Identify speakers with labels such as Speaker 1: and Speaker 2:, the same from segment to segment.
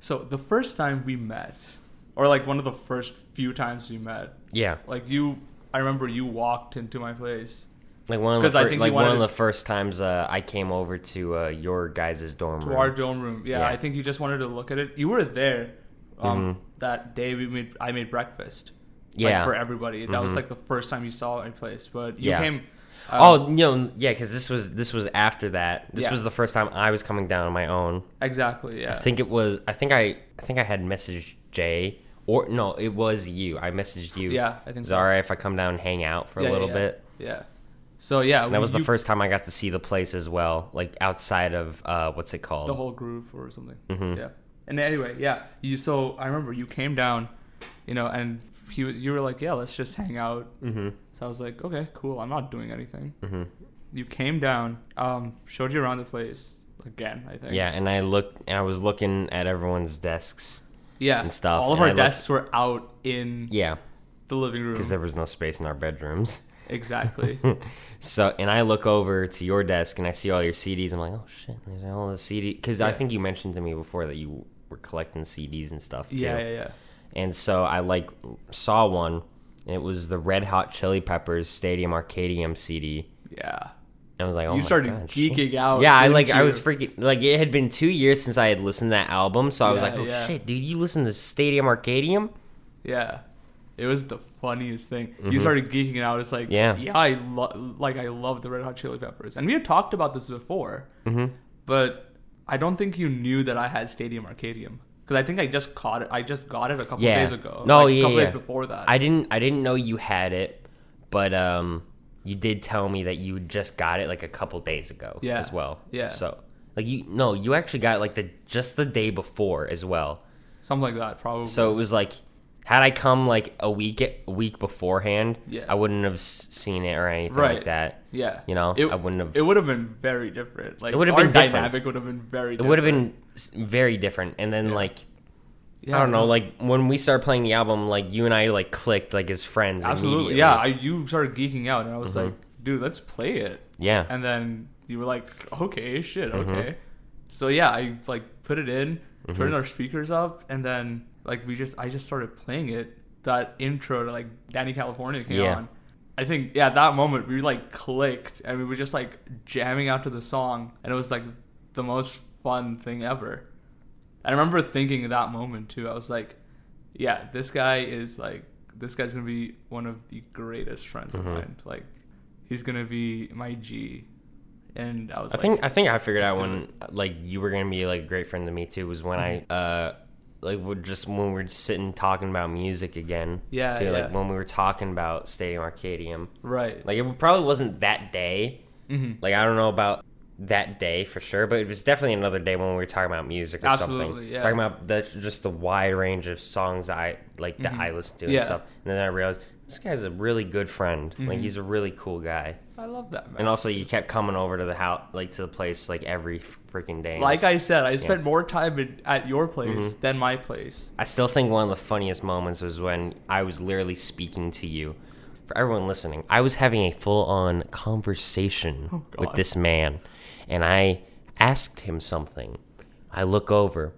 Speaker 1: So the first time we met, or like one of the first few times we met,
Speaker 2: Yeah,
Speaker 1: like you, I remember you walked into my place
Speaker 2: like one of the
Speaker 1: 'Cause I
Speaker 2: fir-
Speaker 1: think
Speaker 2: like
Speaker 1: you
Speaker 2: one of
Speaker 1: wanted-
Speaker 2: the first times uh, I came over to uh, your guys' dorm
Speaker 1: to
Speaker 2: room.
Speaker 1: our dorm room. Yeah,
Speaker 2: Yeah. Mm-hmm.
Speaker 1: I think you just wanted to look at it. You were there um, that day. We made I made breakfast. like,
Speaker 2: Yeah.
Speaker 1: for uh, everybody. That was
Speaker 2: Mhm.
Speaker 1: like the first time you saw my place, but you
Speaker 2: Yeah.
Speaker 1: came. um,
Speaker 2: oh no, yeah, because this was this was after that. This
Speaker 1: Yeah.
Speaker 2: was the first time I was coming down on my own.
Speaker 1: exactly. Yeah.
Speaker 2: I think it was. I think I. I think I had messaged Jay or no, it was you. I messaged you.
Speaker 1: Yeah, I think
Speaker 2: Is
Speaker 1: so.
Speaker 2: it alright if I come down and hang out for
Speaker 1: Yeah,
Speaker 2: a
Speaker 1: yeah,
Speaker 2: little
Speaker 1: yeah.
Speaker 2: bit?
Speaker 1: Yeah. So yeah,
Speaker 2: And that was the
Speaker 1: you-
Speaker 2: first time I got to see the place as well, like outside of uh, what's it called?
Speaker 1: the whole group or something.
Speaker 2: Mm-hmm.
Speaker 1: Yeah. And anyway, yeah. You so I remember you came down, you know, and he you were like, yeah, let's just hang out.
Speaker 2: hmm
Speaker 1: So I was like, okay, cool. I'm not doing anything.
Speaker 2: hmm
Speaker 1: You came down, um, showed you around the place again. I think.
Speaker 2: Yeah, and I looked. And I was looking at everyone's desks.
Speaker 1: Yeah.
Speaker 2: and stuff,
Speaker 1: All of
Speaker 2: and I
Speaker 1: our
Speaker 2: looked-
Speaker 1: desks were out in
Speaker 2: Yeah,
Speaker 1: the living room.
Speaker 2: because there was no space in our bedrooms.
Speaker 1: Exactly.
Speaker 2: so, and I look over to your desk and I see all your CDs. I'm like, oh shit, there's all the CD. Because I
Speaker 1: Yeah.
Speaker 2: think you mentioned to me before that you were collecting CDs and stuff too.
Speaker 1: yeah, yeah, yeah.
Speaker 2: And so I like saw one, and it was the Red Hot Chili Peppers Stadium Arcadium CD.
Speaker 1: Yeah.
Speaker 2: And I was like, oh
Speaker 1: you
Speaker 2: my
Speaker 1: started
Speaker 2: God, shit.
Speaker 1: geeking out.
Speaker 2: Yeah, I
Speaker 1: didn't
Speaker 2: like I
Speaker 1: you?
Speaker 2: was freaking like it had been two years since I had listened to that album, so I was
Speaker 1: Yeah,
Speaker 2: like, oh
Speaker 1: yeah.
Speaker 2: shit, dude, you listen to Stadium Arcadium?
Speaker 1: Yeah. It was the funniest thing. You started geeking out. It's like,
Speaker 2: Mm-hmm. Yeah.
Speaker 1: yeah, I lo- like I love the Red Hot Chili Peppers, and we had talked about this before,
Speaker 2: Mhm.
Speaker 1: but I don't think you knew that I had Stadium Arcadium because I think I just caught it. I just got it a couple
Speaker 2: Yeah.
Speaker 1: days ago.
Speaker 2: No,
Speaker 1: like,
Speaker 2: yeah,
Speaker 1: a couple
Speaker 2: yeah.
Speaker 1: days before that.
Speaker 2: I didn't I didn't know you had it, but um, you did tell me that you just got it like a couple days ago
Speaker 1: Yeah,
Speaker 2: as well.
Speaker 1: yeah.
Speaker 2: So like you no, you actually got it like the just the day before as well.
Speaker 1: Something like that, probably.
Speaker 2: So it was like, had I come like a week a week beforehand,
Speaker 1: Yeah.
Speaker 2: I wouldn't have s- seen it or anything like
Speaker 1: Right.
Speaker 2: that.
Speaker 1: yeah,
Speaker 2: You know,
Speaker 1: it,
Speaker 2: I wouldn't have.
Speaker 1: It would have been very different. Like
Speaker 2: It would have
Speaker 1: our
Speaker 2: been different.
Speaker 1: dynamic would have been very.
Speaker 2: it would have been s- very different. And then like,
Speaker 1: Yeah,
Speaker 2: I don't know, like when we started playing the album, like you and I like clicked like as friends.
Speaker 1: absolutely.
Speaker 2: immediately. Mm-hmm.
Speaker 1: Yeah, I, you started geeking out, and I was like, dude, let's play it.
Speaker 2: yeah. Mm-hmm.
Speaker 1: and then you were like, okay, shit, okay. So yeah, I like put it in, turned our speakers up, and then like we just I just started playing it. That intro to like Danny California came
Speaker 2: Yeah.
Speaker 1: on. I think yeah, at that moment we like clicked and we were just like jamming out to the song, and it was like the most fun thing ever. I remember thinking at that moment too. I was like, yeah, this guy is like this guy's gonna be one of the greatest friends of
Speaker 2: Mm-hmm.
Speaker 1: mine. Like he's gonna be my G. And I was
Speaker 2: I
Speaker 1: like,
Speaker 2: think I think I figured out
Speaker 1: do
Speaker 2: when like you were gonna be like a great friend to me too was when I
Speaker 1: Mm-hmm.
Speaker 2: uh like we're just when we were just sitting talking about music again.
Speaker 1: Yeah,
Speaker 2: Too, Like
Speaker 1: yeah.
Speaker 2: when we were talking about Stadium Arcadium.
Speaker 1: right.
Speaker 2: Like it probably wasn't that day.
Speaker 1: hmm
Speaker 2: Like I don't know about that day for sure, but it was definitely another day when we were talking about music or something.
Speaker 1: Absolutely, yeah.
Speaker 2: Talking about the just the wide range of songs that I like that I listen to
Speaker 1: Mm-hmm.
Speaker 2: and
Speaker 1: Yeah. Mm-hmm.
Speaker 2: stuff. And then I realized this guy's a really good friend. Like he's a really cool guy.
Speaker 1: I love that man.
Speaker 2: And also, you kept coming over to the house, like to the place, like every freaking day.
Speaker 1: like I said, I spent more time in, at
Speaker 2: Mm-hmm.
Speaker 1: your place than my place.
Speaker 2: I still think one of the funniest moments was when I was literally speaking to you. For everyone listening, I was having a full-on conversation with
Speaker 1: God.
Speaker 2: this man, and I asked him something. I look over.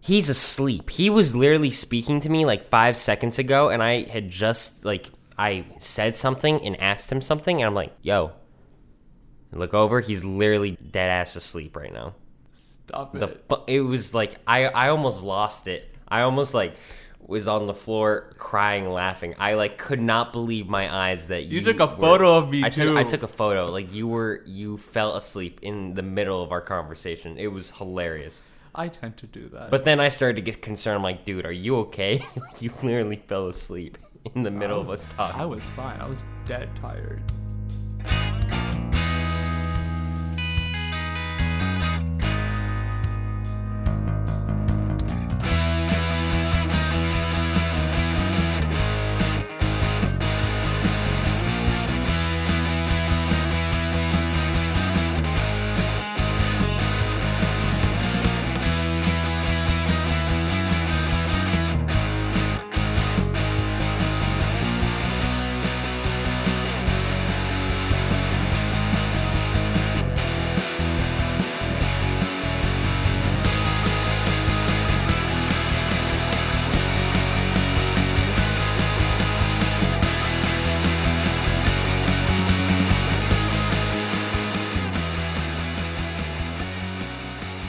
Speaker 2: He's asleep. He was literally speaking to me like five seconds ago, and I had just like I said something and asked him something, and I'm like, "Yo." I look over. He's literally dead ass asleep right now
Speaker 1: Stop it.
Speaker 2: the fu- it was like I I almost lost it. I almost like was on the floor crying, laughing. I like could not believe my eyes that you,
Speaker 1: took a
Speaker 2: were-
Speaker 1: photo of me,
Speaker 2: I took, I
Speaker 1: too.
Speaker 2: took a photo. Like you were you fell asleep in the middle of our conversation. It was hilarious.
Speaker 1: I tend to do that.
Speaker 2: But then I started to get concerned. I'm like, dude, are you okay? Like, you literally fell asleep in the middle of us talking.
Speaker 1: I was fine. I was dead tired.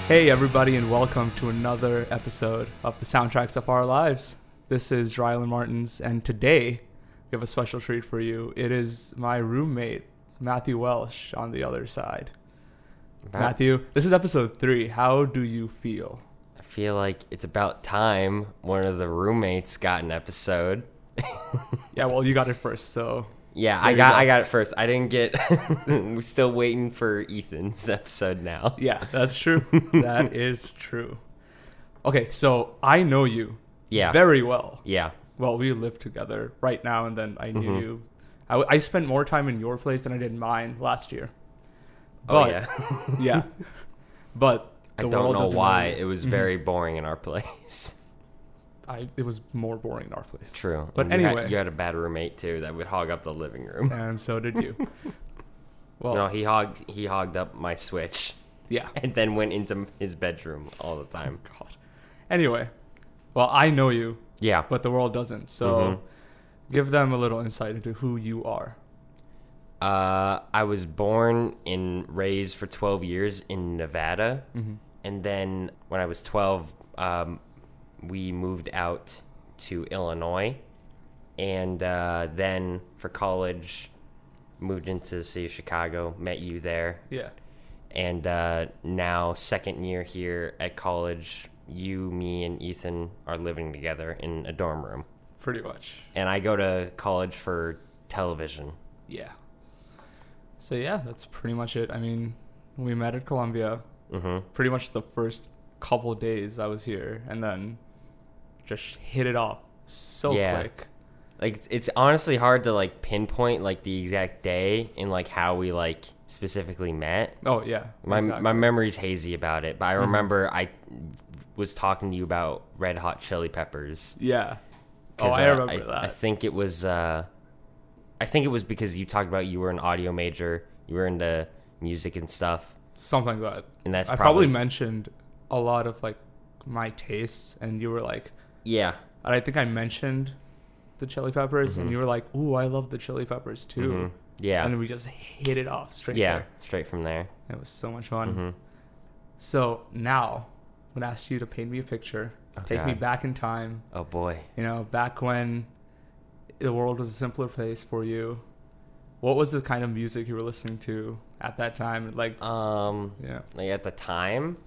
Speaker 1: Hey, everybody, and welcome to another episode of the Soundtracks of Our Lives. This is Rylan Martins, and today we have a special treat for you. It is my roommate, Matthew Welsh, on the other side.
Speaker 2: About-
Speaker 1: Matthew, this is episode three. How do you feel?
Speaker 2: I feel like it's about time one of the roommates got an episode.
Speaker 1: Yeah, well, you got it first, so
Speaker 2: Yeah,
Speaker 1: There
Speaker 2: I
Speaker 1: you
Speaker 2: got
Speaker 1: go.
Speaker 2: I got it first. I didn't get. we're still waiting for Ethan's episode now.
Speaker 1: yeah, that's true. that is true. Okay, so I know you
Speaker 2: Yeah.
Speaker 1: very well.
Speaker 2: yeah.
Speaker 1: Well, we live together right now, and then I knew
Speaker 2: Mm-hmm.
Speaker 1: you. I, w- I spent more time in your place than I did in mine last year.
Speaker 2: Oh
Speaker 1: But,
Speaker 2: yeah.
Speaker 1: yeah. But
Speaker 2: I
Speaker 1: the
Speaker 2: don't
Speaker 1: world
Speaker 2: know
Speaker 1: doesn't Mm-hmm.
Speaker 2: why
Speaker 1: really-
Speaker 2: it was very boring in our place.
Speaker 1: I, it was more boring in our place.
Speaker 2: True.
Speaker 1: But
Speaker 2: And you had-
Speaker 1: anyway.
Speaker 2: you had a bad roommate too that would hog up the living room.
Speaker 1: And so did you. well,
Speaker 2: No, he hogged he hogged up my Switch
Speaker 1: yeah.
Speaker 2: and then went into his bedroom all the time.
Speaker 1: God. Anyway, well, I know you,
Speaker 2: Yeah.
Speaker 1: but the world doesn't. So
Speaker 2: Mhm.
Speaker 1: give them a little insight into who you are.
Speaker 2: Uh, I was born and raised for 12 years in Nevada. And then when I was 12, um, we moved out to Illinois. And uh, then for college, moved into the city of Chicago, met you there.
Speaker 1: Yeah.
Speaker 2: And uh, now, second year here at college, you, me, and Ethan are living together in a dorm room.
Speaker 1: Pretty much.
Speaker 2: And I go to college for television.
Speaker 1: Yeah. So yeah, that's pretty much it. I mean, we met at Columbia.
Speaker 2: hmm
Speaker 1: Pretty much the first couple days I was here, and then just hit it off so
Speaker 2: Yeah.
Speaker 1: quick.
Speaker 2: like it's, it's honestly hard to like pinpoint like the exact day and like how we like specifically met
Speaker 1: Oh yeah.
Speaker 2: my
Speaker 1: exactly. Mm-hmm.
Speaker 2: my memory's hazy about it but i remember i was talking to you about red hot chili peppers
Speaker 1: Yeah. Oh,
Speaker 2: 'cause,
Speaker 1: I
Speaker 2: uh,
Speaker 1: remember that.
Speaker 2: I think it was uh i think it was because you talked about you were an audio major you were into music and stuff
Speaker 1: Something like that.
Speaker 2: and that's
Speaker 1: I probably,
Speaker 2: probably,
Speaker 1: mentioned a lot of like my tastes, and you were like,
Speaker 2: yeah
Speaker 1: and I think I mentioned the Chili Peppers, and you were like, "Ooh, I love the Chili Peppers too."
Speaker 2: Mhm. Mm-hmm. yeah
Speaker 1: And then we just hit it off straight.
Speaker 2: yeah
Speaker 1: there.
Speaker 2: straight from there
Speaker 1: it was so much fun.
Speaker 2: Mhm.
Speaker 1: So now I'm gonna ask you to paint me a picture,
Speaker 2: Oh,
Speaker 1: take me
Speaker 2: God.
Speaker 1: back in time.
Speaker 2: oh boy
Speaker 1: You know, back when the world was a simpler place for you. What was the kind of music you were listening to at that time? Like,
Speaker 2: um
Speaker 1: yeah,
Speaker 2: like at the time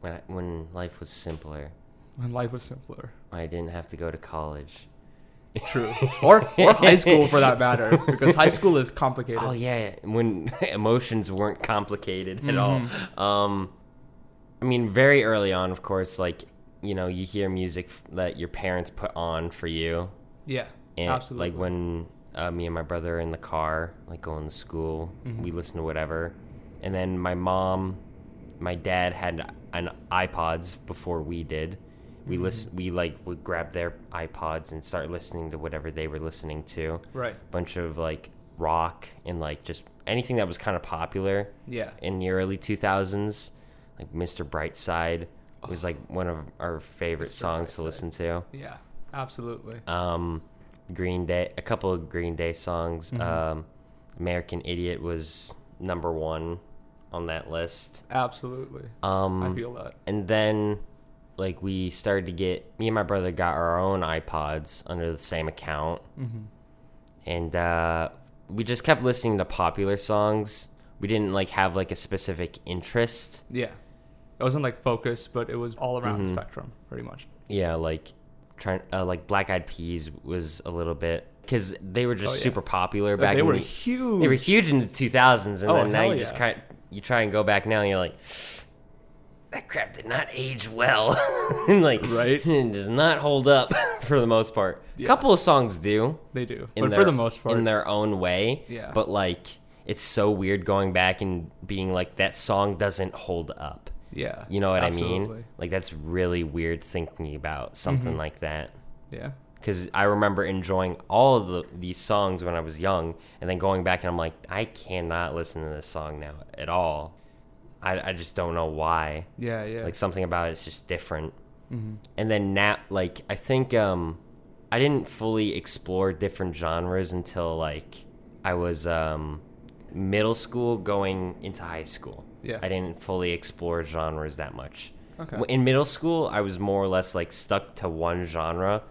Speaker 2: when I, when life was simpler
Speaker 1: when life was simpler.
Speaker 2: I didn't have to go to college.
Speaker 1: True. Or or high school for that matter, because high school is complicated.
Speaker 2: Oh yeah, yeah. when emotions weren't complicated at
Speaker 1: Mhm.
Speaker 2: all. Um, I mean, very early on, of course, like you know, you hear music f- that your parents put on for you,
Speaker 1: yeah.
Speaker 2: and
Speaker 1: absolutely.
Speaker 2: like when uh, me and my brother are in the car, like going to school, we listen to whatever, and then my mom, my dad had an iPods before we did. We listen. We like would grab their iPods and start listening to whatever they were listening to.
Speaker 1: Right.
Speaker 2: bunch of like rock and like just anything that was kind of popular
Speaker 1: Yeah.
Speaker 2: in the early 2000s like mr brightside was like one of our favorite songs to listen to
Speaker 1: Yeah. Absolutely.
Speaker 2: um green day a couple of green day songs
Speaker 1: Mm-hmm.
Speaker 2: um american idiot was number one on that list
Speaker 1: Absolutely.
Speaker 2: um
Speaker 1: I feel that.
Speaker 2: and then like we started to get me and my brother got our own iPods under the same account,
Speaker 1: Mm-hmm.
Speaker 2: and uh, we just kept listening to popular songs. We didn't like have like a specific interest.
Speaker 1: Yeah. It wasn't like focused, but it was all around
Speaker 2: Mm-hmm.
Speaker 1: the spectrum, pretty much.
Speaker 2: Yeah, like trying uh, like Black Eyed Peas was a little bit because they were just
Speaker 1: Oh, yeah.
Speaker 2: super popular
Speaker 1: Like,
Speaker 2: back.
Speaker 1: they
Speaker 2: in
Speaker 1: were
Speaker 2: the,
Speaker 1: huge.
Speaker 2: They were huge in the 2000s, and
Speaker 1: Oh,
Speaker 2: then now
Speaker 1: hell
Speaker 2: you just
Speaker 1: yeah.
Speaker 2: kind you try and go back now, and you're like, that crap did not age well, and like
Speaker 1: Right.
Speaker 2: it does not hold up for the most part. A
Speaker 1: Yeah.
Speaker 2: couple of songs do,
Speaker 1: They do.
Speaker 2: in
Speaker 1: But
Speaker 2: their,
Speaker 1: for the most part,
Speaker 2: in their own way.
Speaker 1: Yeah.
Speaker 2: but like it's so weird going back and being like that song doesn't hold up.
Speaker 1: yeah.
Speaker 2: You know what I
Speaker 1: absolutely. Mm-hmm.
Speaker 2: mean? Like that's really weird thinking about something like that
Speaker 1: Yeah.
Speaker 2: because I remember enjoying all of the, these songs when I was young, and then going back and I'm like, I cannot listen to this song now at all. I, I just don't know why.
Speaker 1: Yeah, yeah. Mm-hmm.
Speaker 2: Like something about it's just different. And then now, like I think um, I didn't fully explore different genres until like I was um, middle school going into high school.
Speaker 1: Yeah.
Speaker 2: I didn't fully explore genres that much.
Speaker 1: Okay.
Speaker 2: W- In middle school, I was more or less like stuck to one genre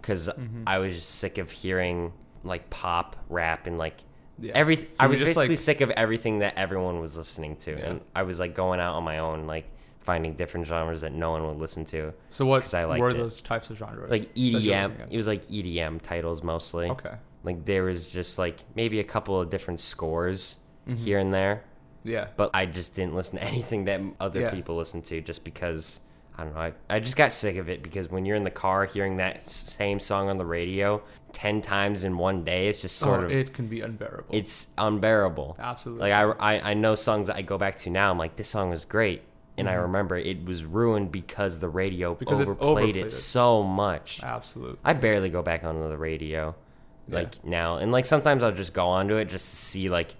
Speaker 2: because
Speaker 1: Mm-hmm.
Speaker 2: I was just sick of hearing like pop, rap, and like
Speaker 1: Yeah.
Speaker 2: every.
Speaker 1: So
Speaker 2: I
Speaker 1: you
Speaker 2: was
Speaker 1: just,
Speaker 2: basically
Speaker 1: like-
Speaker 2: sick of everything that everyone was listening to,
Speaker 1: Yeah.
Speaker 2: and I was like going out on my own, like finding different genres that no one would listen to,
Speaker 1: So what
Speaker 2: 'Cause I liked
Speaker 1: were
Speaker 2: it.
Speaker 1: those types of genres?
Speaker 2: like E
Speaker 1: that you were
Speaker 2: EDM. It
Speaker 1: looking
Speaker 2: was like EDM titles mostly.
Speaker 1: at? Okay.
Speaker 2: Like there was just like maybe a couple of different scores
Speaker 1: Mm-hmm.
Speaker 2: here and there,
Speaker 1: Yeah.
Speaker 2: but I just didn't listen to anything that other
Speaker 1: Yeah.
Speaker 2: people listen to just because I don't know. I, I just got sick of it because when you're in the car hearing that s- same song on the radio 10 times in one day, it's just sort
Speaker 1: oh,
Speaker 2: of
Speaker 1: it can be unbearable.
Speaker 2: it's unbearable.
Speaker 1: Absolutely.
Speaker 2: Like I, I I know songs that I go back to now. I'm like this song was great. And I remember it was ruined because the radio
Speaker 1: Mm-hmm. Because it
Speaker 2: overplayed,
Speaker 1: overplayed
Speaker 2: it,
Speaker 1: it.
Speaker 2: so much.
Speaker 1: Absolutely.
Speaker 2: I barely go back onto the radio,
Speaker 1: Yeah.
Speaker 2: like now, and like sometimes I'll just go onto it just to see like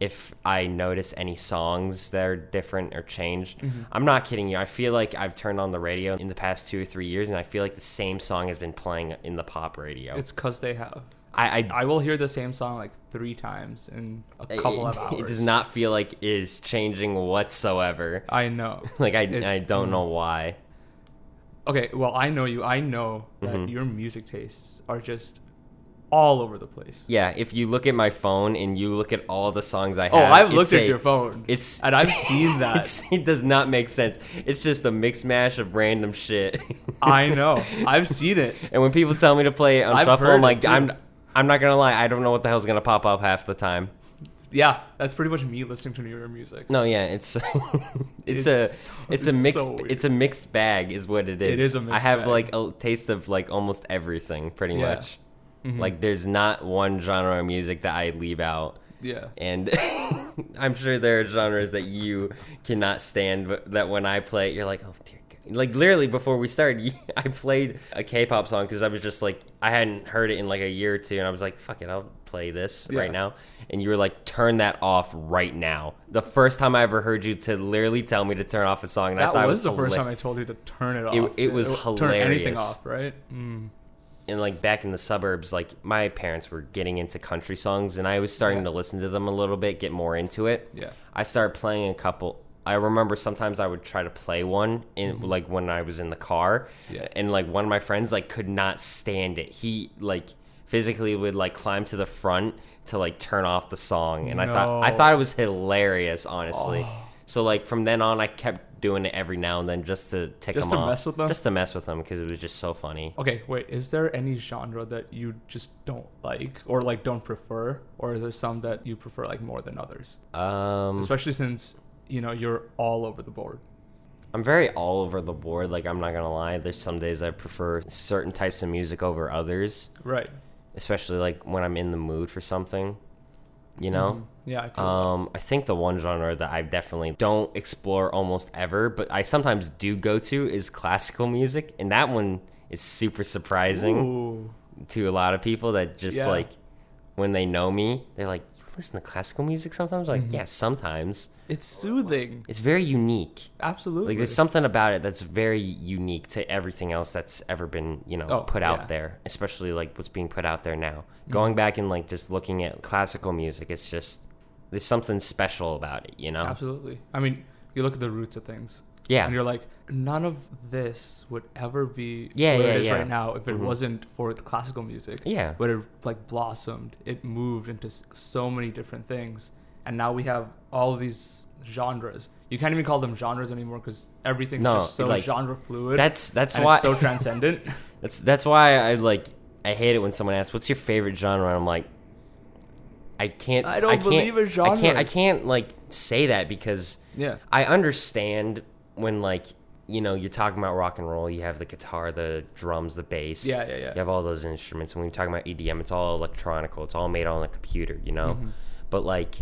Speaker 2: if I notice any songs that are different or changed.
Speaker 1: Mm-hmm.
Speaker 2: I'm not kidding you. I feel like I've turned on the radio in the past two or three years, and I feel like the same song has been playing in the pop radio.
Speaker 1: It's because they have.
Speaker 2: I, I
Speaker 1: I will hear the same song like three times in a
Speaker 2: it-
Speaker 1: couple of
Speaker 2: it,
Speaker 1: hours.
Speaker 2: It does not feel like it is changing whatsoever.
Speaker 1: I know.
Speaker 2: Like I
Speaker 1: It- Mm.
Speaker 2: I don't know why.
Speaker 1: Okay, well, I know you. I know that
Speaker 2: Mm-hmm.
Speaker 1: your music tastes are just all over the place.
Speaker 2: Yeah, if you look at my phone and you look at all the songs I have,
Speaker 1: oh, I've
Speaker 2: it's
Speaker 1: looked at
Speaker 2: a-
Speaker 1: your phone.
Speaker 2: It's
Speaker 1: and I've seen that.
Speaker 2: It's, it does not make sense. It's just a mix mash of random shit.
Speaker 1: I know. I've seen it.
Speaker 2: and when people tell me to play it on
Speaker 1: I've
Speaker 2: shuffle,
Speaker 1: heard
Speaker 2: I'm
Speaker 1: it,
Speaker 2: like,
Speaker 1: too.
Speaker 2: I'm I'm not gonna lie, I don't know what the hell's gonna pop up half the time.
Speaker 1: Yeah, that's pretty much me listening to your music.
Speaker 2: No, yeah, it's it's,
Speaker 1: It's-
Speaker 2: a it's a
Speaker 1: it's
Speaker 2: mixed
Speaker 1: so weird.
Speaker 2: it's a mixed bag is what it is.
Speaker 1: It is a mixed
Speaker 2: I have
Speaker 1: bag.
Speaker 2: like a taste of like almost everything, pretty
Speaker 1: Yeah.
Speaker 2: much.
Speaker 1: Mhm.
Speaker 2: Like there's not one genre of music that I leave out.
Speaker 1: Yeah.
Speaker 2: and I'm sure there are genres that you cannot stand, but that when I play, it, you're like, oh dear. God. Like literally before we started, you- I played a K-pop song because I was just like, I hadn't heard it in like a year or two, and I was like, fuck it, I'll play this
Speaker 1: Yeah.
Speaker 2: right now. And you were like, turn that off right now. The first time I ever heard you to literally tell me to turn off a song, and I
Speaker 1: That
Speaker 2: thought
Speaker 1: was,
Speaker 2: it
Speaker 1: the
Speaker 2: was
Speaker 1: first
Speaker 2: hila-
Speaker 1: time I told you to turn it off.
Speaker 2: It- it was
Speaker 1: Turn anything
Speaker 2: hilarious.
Speaker 1: off, right? Mm.
Speaker 2: and like back in the suburbs, like my parents were getting into country songs, and I was starting
Speaker 1: Yeah.
Speaker 2: to listen to them a little bit, get more into it.
Speaker 1: Yeah.
Speaker 2: I started playing a couple. I remember sometimes I would try to play one in like when I was in the car,
Speaker 1: Mm-hmm. Yeah.
Speaker 2: and like one of my friends like could not stand it. He like physically would like climb to the front to like turn off the song, and I thought I
Speaker 1: No. Oh.
Speaker 2: thought it was hilarious, honestly. So like from then on, I kept doing it every now and then just to tick
Speaker 1: Just
Speaker 2: him
Speaker 1: to
Speaker 2: off,
Speaker 1: mess with them?
Speaker 2: just to mess with them because it was just so funny.
Speaker 1: Okay, wait. Is there any genre that you just don't like or like don't prefer, or is there some that you prefer like more than others?
Speaker 2: Um,
Speaker 1: Especially since you know you're all over the board.
Speaker 2: I'm very all over the board. Like I'm not gonna lie, there's some days I prefer certain types of music over others.
Speaker 1: Right.
Speaker 2: especially like when I'm in the mood for something, you know?
Speaker 1: Yeah. I feel
Speaker 2: Um, I think the one genre that I definitely don't explore almost ever, but I sometimes do go to is classical music, and that one is super surprising
Speaker 1: Ooh.
Speaker 2: to a lot of people that just
Speaker 1: Yeah.
Speaker 2: like when they know me, they're like, "You listen to classical music sometimes?"
Speaker 1: Mm-hmm.
Speaker 2: Like, yeah, sometimes.
Speaker 1: It's soothing.
Speaker 2: It's very unique.
Speaker 1: Absolutely.
Speaker 2: Like there's something about it that's very unique to everything else that's ever been, you know,
Speaker 1: Oh,
Speaker 2: put out
Speaker 1: yeah. Mm-hmm.
Speaker 2: there, especially like what's being put out there now. Going back and like just looking at classical music, it's just there's something special about it, you know.
Speaker 1: Absolutely. I mean, you look at the roots of things. And
Speaker 2: Yeah.
Speaker 1: you're like, none of this would ever be
Speaker 2: Yeah,
Speaker 1: where
Speaker 2: yeah,
Speaker 1: it is
Speaker 2: yeah.
Speaker 1: right now if it
Speaker 2: Mhm.
Speaker 1: wasn't for the classical music.
Speaker 2: Yeah.
Speaker 1: But it like blossomed. It moved into s- so many different things, and now we have all these genres. You can't even call them genres anymore because everything's
Speaker 2: No,
Speaker 1: just so
Speaker 2: like,
Speaker 1: genre fluid.
Speaker 2: That's that's
Speaker 1: and
Speaker 2: why
Speaker 1: it's so transcendent.
Speaker 2: that's that's why I like I hate it when someone asks what's your favorite genre and I'm like I can't
Speaker 1: I don't
Speaker 2: can't,
Speaker 1: believe in
Speaker 2: I can't I
Speaker 1: genres.
Speaker 2: can't like say that because
Speaker 1: yeah.
Speaker 2: I understand when like you know you're talking about rock and roll, you have the guitar, the drums, the bass.
Speaker 1: Yeah, yeah, yeah.
Speaker 2: You have all those instruments, and when you're talking about EDM, it's all electronical. It's all made on a computer, you know.
Speaker 1: Mm-hmm.
Speaker 2: But like,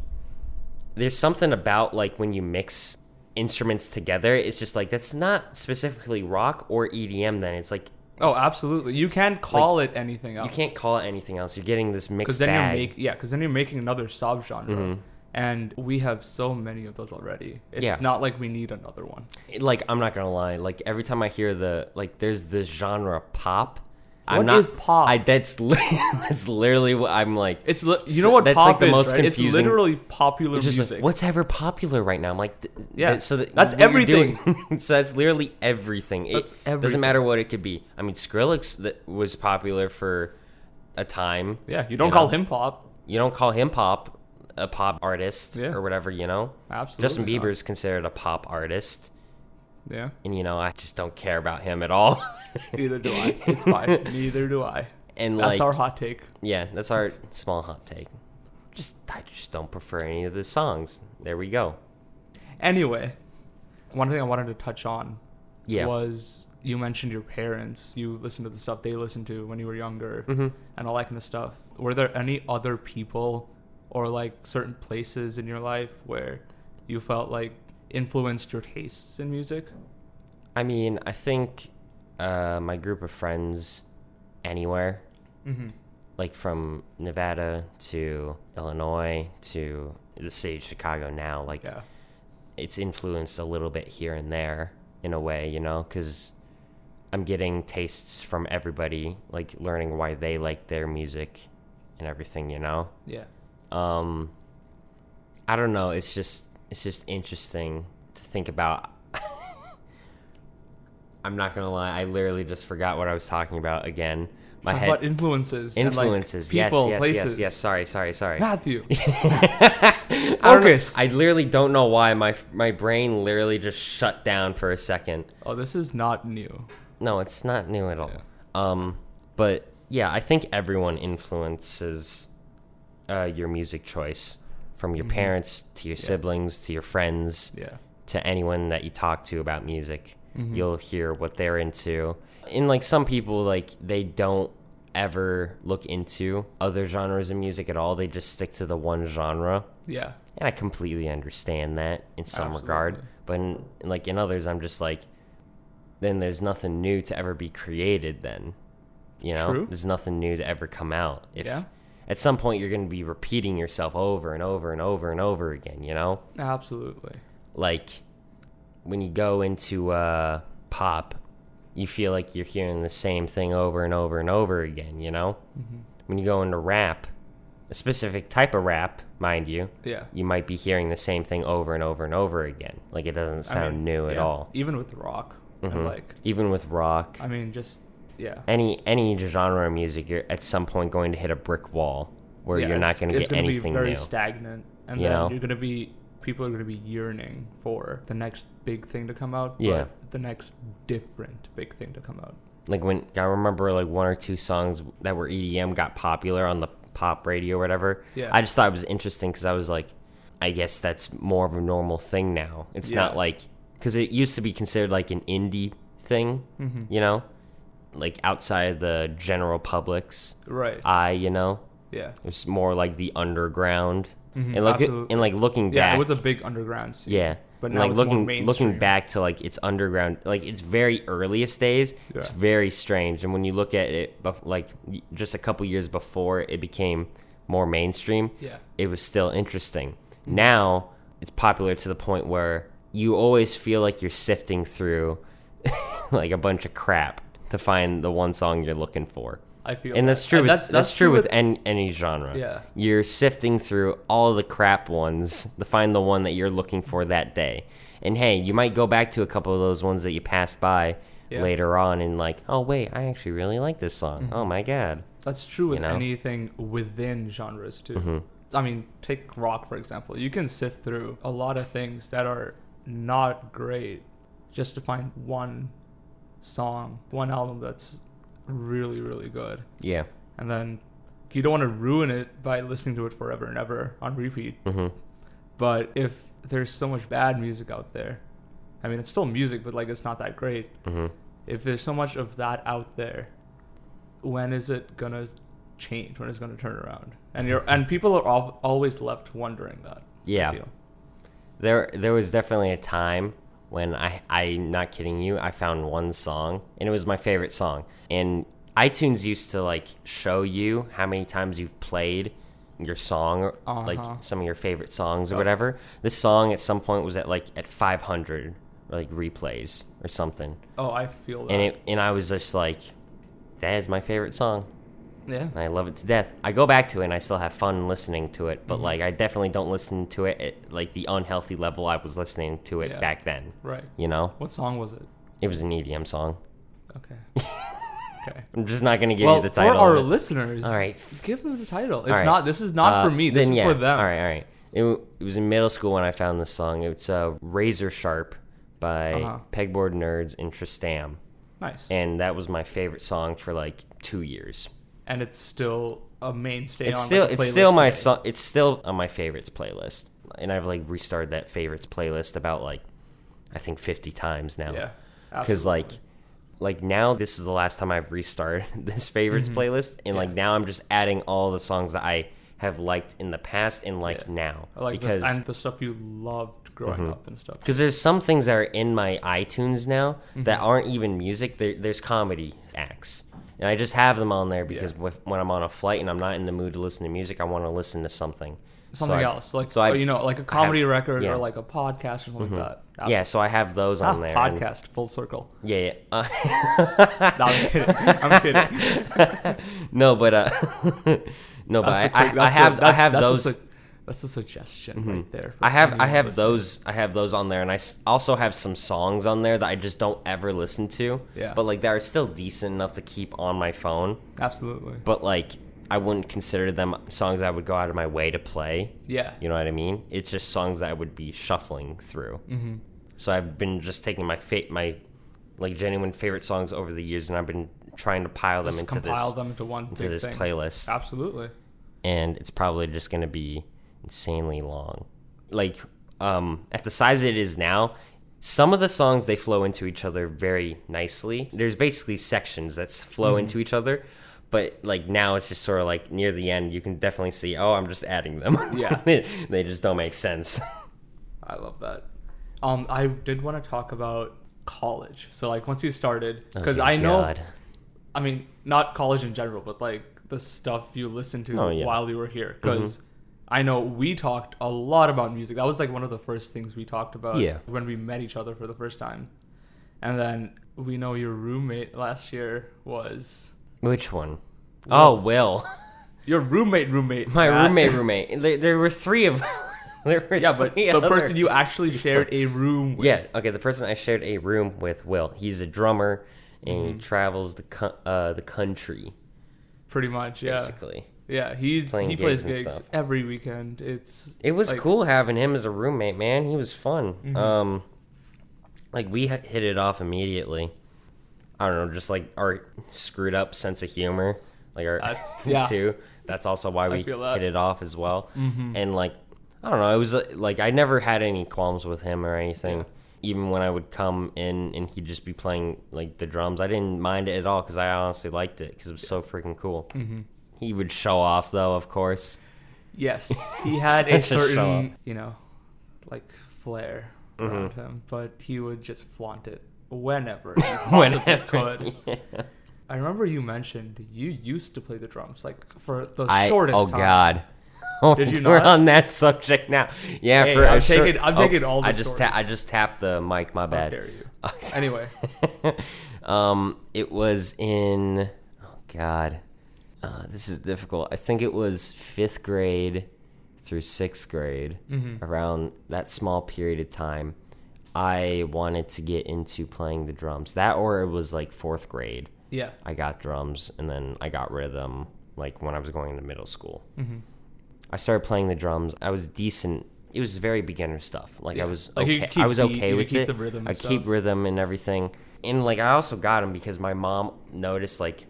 Speaker 2: there's something about like when you mix instruments together, it's just like that's not specifically rock or EDM. Then it's like
Speaker 1: Oh,
Speaker 2: it's-
Speaker 1: absolutely. You can't call it anything
Speaker 2: you
Speaker 1: else.
Speaker 2: can't call it anything else. You're getting this
Speaker 1: because
Speaker 2: mixed
Speaker 1: then
Speaker 2: bag. Mm-hmm.
Speaker 1: you're make, yeah, 'cause then you're making another subgenre, and we have so many of those already. It's
Speaker 2: Yeah.
Speaker 1: not like we need another one.
Speaker 2: like I'm not gonna lie, like every time I hear the like there's this genre pop I'm
Speaker 1: What
Speaker 2: not.
Speaker 1: is pop?
Speaker 2: I, that's li- that's literally what I'm like.
Speaker 1: It's li- you
Speaker 2: So
Speaker 1: know what
Speaker 2: that's,
Speaker 1: pop
Speaker 2: like, the
Speaker 1: is,
Speaker 2: most
Speaker 1: right? It's
Speaker 2: confusing-
Speaker 1: literally popular
Speaker 2: It's just like,
Speaker 1: music.
Speaker 2: what's ever popular right now? I'm like, th-
Speaker 1: Yeah,
Speaker 2: that- so that,
Speaker 1: that's
Speaker 2: what you're doing-
Speaker 1: everything.
Speaker 2: so that's literally everything. It
Speaker 1: That's
Speaker 2: doesn't
Speaker 1: everything.
Speaker 2: matter what it could be. I mean, Skrillex that was popular for a time.
Speaker 1: yeah, you don't
Speaker 2: you
Speaker 1: call
Speaker 2: know?
Speaker 1: him pop.
Speaker 2: You don't call him pop, a pop artist
Speaker 1: Yeah.
Speaker 2: or whatever. You know,
Speaker 1: Absolutely.
Speaker 2: Justin
Speaker 1: not.
Speaker 2: Bieber is considered a pop artist,
Speaker 1: Yeah.
Speaker 2: and you know, I just don't care about him at all.
Speaker 1: Neither do I. It's fine. Neither do I.
Speaker 2: and
Speaker 1: That's
Speaker 2: like,
Speaker 1: our hot take.
Speaker 2: yeah, that's our small hot take. Just I just don't prefer any of the songs. There we go.
Speaker 1: Anyway, one thing I wanted to touch on
Speaker 2: Yeah.
Speaker 1: was you mentioned your parents. You listened to the stuff they listened to when you were younger
Speaker 2: Mhm.
Speaker 1: and all that kind of stuff. Were there any other people or like certain places in your life where you felt like influenced your tastes in music?
Speaker 2: I mean, I think uh, my group of friends anywhere,
Speaker 1: Mm-hmm.
Speaker 2: like from Nevada to Illinois to the city of Chicago now, like
Speaker 1: Yeah.
Speaker 2: it's influenced a little bit here and there in a way, you know, because I'm getting tastes from everybody, like learning why they like their music and everything, you know.
Speaker 1: Yeah.
Speaker 2: Um, I don't know. It's just it's just interesting to think about. I'm not gonna lie. I literally just forgot what I was talking about again. My
Speaker 1: Talk
Speaker 2: head
Speaker 1: about influences. and, like,
Speaker 2: influences. yes,
Speaker 1: people,
Speaker 2: yes, yes,
Speaker 1: places.
Speaker 2: yes. Sorry, sorry, sorry.
Speaker 1: Matthew.
Speaker 2: I, don't know-
Speaker 1: Focus.
Speaker 2: I literally don't know why my my brain literally just shut down for a second.
Speaker 1: oh, this is not new.
Speaker 2: No, it's not new at all.
Speaker 1: Yeah.
Speaker 2: Um, but yeah, I think everyone influences uh, your music choice from your parents to your siblings to your friends
Speaker 1: Mm-hmm. Yeah. Mm-hmm.
Speaker 2: to anyone that you talk to about music. You'll hear what they're into. And like some people, like they don't ever look into other genres of music at all. They just stick to the one genre.
Speaker 1: Yeah.
Speaker 2: And I completely understand that in some regard,
Speaker 1: Absolutely.
Speaker 2: but in, like in others, I'm just like, then there's nothing new to ever be created. Then, you know,
Speaker 1: True.
Speaker 2: there's nothing new to ever come out. If
Speaker 1: Yeah.
Speaker 2: at some point you're going to be repeating yourself over and over and over and over again, you know,
Speaker 1: Absolutely.
Speaker 2: like when you go into uh, pop, you feel like you're hearing the same thing over and over and over again, you know.
Speaker 1: Mm-hmm.
Speaker 2: When you go into rap, a specific type of rap, mind you
Speaker 1: Yeah.
Speaker 2: you might be hearing the same thing over and over and over again. Like it doesn't
Speaker 1: I
Speaker 2: sound
Speaker 1: mean,
Speaker 2: new at
Speaker 1: yeah,
Speaker 2: all.
Speaker 1: Even with rock, and,
Speaker 2: Mhm.
Speaker 1: like
Speaker 2: Even with rock,
Speaker 1: I mean, just yeah.
Speaker 2: any any genre of music, you're at some point going to hit a brick wall where
Speaker 1: Yeah,
Speaker 2: you're
Speaker 1: it's-
Speaker 2: not going to
Speaker 1: it's
Speaker 2: get
Speaker 1: gonna
Speaker 2: anything
Speaker 1: be very
Speaker 2: new.
Speaker 1: stagnant, and
Speaker 2: You
Speaker 1: then
Speaker 2: know?
Speaker 1: you're gonna be people are gonna be yearning for the next big thing to come out. but
Speaker 2: Yeah.
Speaker 1: the next different big thing to come out.
Speaker 2: like when I remember like one or two songs that were EDM got popular on the pop radio or whatever.
Speaker 1: Yeah.
Speaker 2: I just thought it was interesting because I was like, I guess that's more of a normal thing now. It's not
Speaker 1: Yeah.
Speaker 2: like because it used to be considered like an indie thing,
Speaker 1: Mhm.
Speaker 2: you know, like outside of the general public's
Speaker 1: Right.
Speaker 2: eye, you know.
Speaker 1: yeah.
Speaker 2: It was more like the underground.
Speaker 1: Mhm,
Speaker 2: and look
Speaker 1: absolutely.
Speaker 2: and like looking
Speaker 1: Yeah.
Speaker 2: back.
Speaker 1: It was a big underground scene.
Speaker 2: yeah.
Speaker 1: but
Speaker 2: But
Speaker 1: now
Speaker 2: like
Speaker 1: it's more
Speaker 2: looking looking
Speaker 1: mainstream.
Speaker 2: back to like its underground, like its very earliest days, it's
Speaker 1: Yeah.
Speaker 2: very strange. And when you look at it, bef- like y- just a couple years before it became more mainstream,
Speaker 1: Yeah.
Speaker 2: it was still interesting.
Speaker 1: Mm-hmm.
Speaker 2: Now it's popular to the point where you always feel like you're sifting through like a bunch of crap to find the one song you're looking for
Speaker 1: I feel.
Speaker 2: and
Speaker 1: that.
Speaker 2: that's true.
Speaker 1: And
Speaker 2: With, that's, true, with, any, any genre.
Speaker 1: Yeah.
Speaker 2: you're sifting through all the crap ones to find the one that you're looking for that day. And hey, you might go back to a couple of those ones that you passed by
Speaker 1: Yeah. Mm-hmm.
Speaker 2: later on, and like, oh wait, I actually really like this song. Oh my god.
Speaker 1: That's true with
Speaker 2: know? Mm-hmm.
Speaker 1: anything within genres too. I mean, take rock for example. You can sift through a lot of things that are not great just to find one song, one album that's really really good.
Speaker 2: Yeah.
Speaker 1: And then you don't want to ruin it by listening to it forever and ever on repeat.
Speaker 2: hmm
Speaker 1: But if there's so much bad music out there, I mean, it's still music, but like it's not that great
Speaker 2: hmm
Speaker 1: if there's so much of that out there, when is it gonna change? When is it gonna turn around? And you're and people are al- always left wondering that.
Speaker 2: Yeah.
Speaker 1: I feel.
Speaker 2: There, there was definitely a time when I, I'm not kidding you, I found one song and it was my favorite song. And iTunes used to like show you how many times you've played your song, or like
Speaker 1: Uh-huh.
Speaker 2: some of your favorite songs or whatever. This song at some point was at like at 500 like replays or something
Speaker 1: Oh, I feel that.
Speaker 2: and it and I was just like, that is my favorite song.
Speaker 1: Yeah.
Speaker 2: and I love it to death. I go back to it and I still have fun listening to it,
Speaker 1: Mm-hmm.
Speaker 2: but like I definitely don't listen to it at like the unhealthy level I was listening to it
Speaker 1: Yeah.
Speaker 2: back then.
Speaker 1: Right.
Speaker 2: You know,
Speaker 1: What song was it?
Speaker 2: it was an EDM song.
Speaker 1: Okay. okay.
Speaker 2: I'm just not gonna give
Speaker 1: well,
Speaker 2: you the title.
Speaker 1: for our
Speaker 2: of it.
Speaker 1: listeners,
Speaker 2: All right.
Speaker 1: give them the title. It's
Speaker 2: All right.
Speaker 1: not. This is not
Speaker 2: Uh,
Speaker 1: for me. This
Speaker 2: then,
Speaker 1: is
Speaker 2: yeah.
Speaker 1: for them.
Speaker 2: All right, all right. It, w- it was in middle school when I found this song. It's uh, "Razor Sharp" by
Speaker 1: Uh-huh.
Speaker 2: Pegboard Nerds and Tristam,
Speaker 1: Nice. And,
Speaker 2: and that was my favorite song for like two years.
Speaker 1: it's still a mainstay.
Speaker 2: It's
Speaker 1: on
Speaker 2: still
Speaker 1: like,
Speaker 2: it's still my
Speaker 1: song.
Speaker 2: song. It's still on my favorites playlist, and I've like restarted that favorites playlist about like I think fifty times now.
Speaker 1: Yeah.
Speaker 2: because like like now this is the last time I've restarted this favorites
Speaker 1: Mm-hmm.
Speaker 2: playlist, and like now I'm just adding all the songs that I have liked in the past and like
Speaker 1: Yeah.
Speaker 2: now
Speaker 1: I like
Speaker 2: because Mm-hmm.
Speaker 1: this, and the stuff you loved growing up and stuff.
Speaker 2: because there's some things that are in my iTunes now that
Speaker 1: Mm-hmm.
Speaker 2: aren't even music. There, there's comedy acts, and I just have them on there because with, when I'm on a flight and I'm not in the mood to listen to music, I want to listen to something. So
Speaker 1: Something
Speaker 2: I-
Speaker 1: else, like
Speaker 2: so I,
Speaker 1: oh, you know, like a comedy record
Speaker 2: yeah. Mm-hmm.
Speaker 1: or like a podcast or something like that. Ab-
Speaker 2: yeah, so I have those
Speaker 1: ah,
Speaker 2: on there. and-
Speaker 1: podcast full circle.
Speaker 2: yeah, yeah. Uh,
Speaker 1: No, I'm kidding. I'm kidding.
Speaker 2: no, but uh, no, but I,
Speaker 1: That's a
Speaker 2: I,
Speaker 1: quick-
Speaker 2: I
Speaker 1: that's a-
Speaker 2: have I
Speaker 1: that-
Speaker 2: have
Speaker 1: that's a
Speaker 2: those. Mm-hmm.
Speaker 1: su- that's a suggestion right there. for
Speaker 2: I have I
Speaker 1: anyone
Speaker 2: have
Speaker 1: listening.
Speaker 2: those I have those on there, and I s- also have some songs on there that I just don't ever listen to.
Speaker 1: Yeah.
Speaker 2: But like, they are still decent enough to keep on my phone.
Speaker 1: Absolutely.
Speaker 2: But like, I wouldn't consider them songs I would go out of my way to play.
Speaker 1: Yeah.
Speaker 2: You know what I mean? It's just songs that I would be shuffling through. Mm-hmm. So I've been just taking my fa- my like genuine favorite songs over the years, and I've been trying to pile them
Speaker 1: Just
Speaker 2: into
Speaker 1: compile
Speaker 2: this
Speaker 1: them into one
Speaker 2: into
Speaker 1: big
Speaker 2: this
Speaker 1: thing.
Speaker 2: playlist
Speaker 1: Absolutely.
Speaker 2: and it's probably just going to be insanely long. Like um, at the size it is now, some of the songs they flow into each other very nicely. There's basically sections that s- flow
Speaker 1: Mm-hmm.
Speaker 2: into each other, but like now it's just sort of like near the end, you can definitely see. Oh, I'm just adding them.
Speaker 1: Yeah.
Speaker 2: they, they just don't make sense.
Speaker 1: I love that. Um, I did want to talk about college. So like once you started, because
Speaker 2: Oh,
Speaker 1: I
Speaker 2: dear
Speaker 1: know,
Speaker 2: God.
Speaker 1: I mean, not college in general, but like the stuff you listened to
Speaker 2: Oh, yeah. Mm-hmm.
Speaker 1: while you were here. Because I know we talked a lot about music. That was like one of the first things we talked about
Speaker 2: Yeah.
Speaker 1: when we met each other for the first time. And then we know your roommate last year was
Speaker 2: which one? Oh, Will,
Speaker 1: your roommate. Roommate.
Speaker 2: my
Speaker 1: Matt.
Speaker 2: roommate, roommate. There, there were three of. there were
Speaker 1: Yeah, but
Speaker 2: three
Speaker 1: the
Speaker 2: other-
Speaker 1: person you actually shared a room with.
Speaker 2: Yeah, okay. The person I shared a room with, Will, he's a drummer and he travels the co- uh, the country
Speaker 1: Pretty much. Yeah.
Speaker 2: basically.
Speaker 1: Yeah, he's
Speaker 2: Playing
Speaker 1: he
Speaker 2: gigs
Speaker 1: plays
Speaker 2: and
Speaker 1: gigs
Speaker 2: stuff.
Speaker 1: every weekend. It's
Speaker 2: It was
Speaker 1: like, Mm-hmm.
Speaker 2: cool having him as a roommate, man. He was fun. Um, like we h- hit it off immediately. I don't know, just like our screwed up sense of humor, like our
Speaker 1: That's- yeah.
Speaker 2: too. That's also why we
Speaker 1: feel that. Mm-hmm.
Speaker 2: hit it off as well. And like, I don't know, it was uh, like I never had any qualms with him or anything. Even when I would come in and he'd just be playing like the drums, I didn't mind it at all because I honestly liked it because it was so freaking cool.
Speaker 1: Mm-hmm.
Speaker 2: He would show off though, of course.
Speaker 1: Yes, he had a
Speaker 2: Such a show-off.
Speaker 1: certain you know, like flair around him, but he would just flaunt it whenever he possibly could. I remember you mentioned you used to play the drums like for the
Speaker 2: I
Speaker 1: shortest
Speaker 2: oh
Speaker 1: time.
Speaker 2: god. Oh,
Speaker 1: Did you
Speaker 2: We're
Speaker 1: not?
Speaker 2: on that subject now. Yeah,
Speaker 1: Hey,
Speaker 2: for a
Speaker 1: I'm
Speaker 2: short- oh,
Speaker 1: taking- I'm taking all the
Speaker 2: I just ta-
Speaker 1: stories.
Speaker 2: I just tapped the mic. My
Speaker 1: How
Speaker 2: bad.
Speaker 1: dare you? Anyway,
Speaker 2: um, it was in oh god, uh, this is difficult. I think it was fifth grade through sixth grade,
Speaker 1: Mm-hmm.
Speaker 2: around that small period of time. I wanted to get into playing the drums. That or it was like fourth grade.
Speaker 1: yeah,
Speaker 2: I got drums, and then I got rid of them like when I was going into middle school.
Speaker 1: Mm-hmm.
Speaker 2: I started playing the drums. I was decent. It was very beginner stuff. Like
Speaker 1: Yeah.
Speaker 2: I was
Speaker 1: Like, you
Speaker 2: okay.
Speaker 1: could
Speaker 2: I
Speaker 1: keep
Speaker 2: was
Speaker 1: beat,
Speaker 2: okay
Speaker 1: you could
Speaker 2: with
Speaker 1: keep
Speaker 2: it.
Speaker 1: the rhythm and
Speaker 2: I
Speaker 1: stuff.
Speaker 2: keep rhythm and everything. And like I also got them because my mom noticed like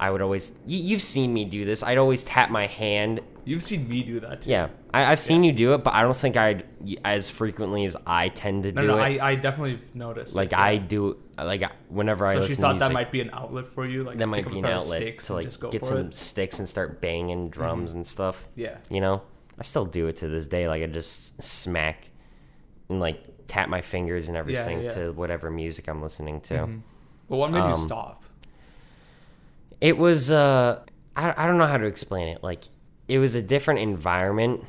Speaker 2: I would always. You, you've seen me do this. I'd always tap my hand.
Speaker 1: you've seen me do that too.
Speaker 2: Yeah, I, I've seen you do it, but I don't think I'd as frequently as I tend to
Speaker 1: no,
Speaker 2: do
Speaker 1: no,
Speaker 2: it.
Speaker 1: I, I definitely have noticed.
Speaker 2: like
Speaker 1: it,
Speaker 2: I
Speaker 1: yeah.
Speaker 2: do. Like I- whenever I
Speaker 1: So
Speaker 2: listen
Speaker 1: she
Speaker 2: to
Speaker 1: thought that
Speaker 2: music-
Speaker 1: might be an outlet for you. Like
Speaker 2: that might
Speaker 1: pick up
Speaker 2: be
Speaker 1: a
Speaker 2: an
Speaker 1: pair of
Speaker 2: outlet
Speaker 1: sticks
Speaker 2: to
Speaker 1: and
Speaker 2: like
Speaker 1: just go
Speaker 2: get
Speaker 1: for
Speaker 2: some
Speaker 1: it. Mm-hmm.
Speaker 2: sticks and start banging drums and stuff.
Speaker 1: Yeah.
Speaker 2: You know, I still do it to this day. Like I just smack and like tap my fingers and everything
Speaker 1: yeah. Mm-hmm.
Speaker 2: to whatever music I'm listening to.
Speaker 1: But what made
Speaker 2: Um,
Speaker 1: you stop?
Speaker 2: It was uh, I I don't know how to explain it. Like it was a different environment.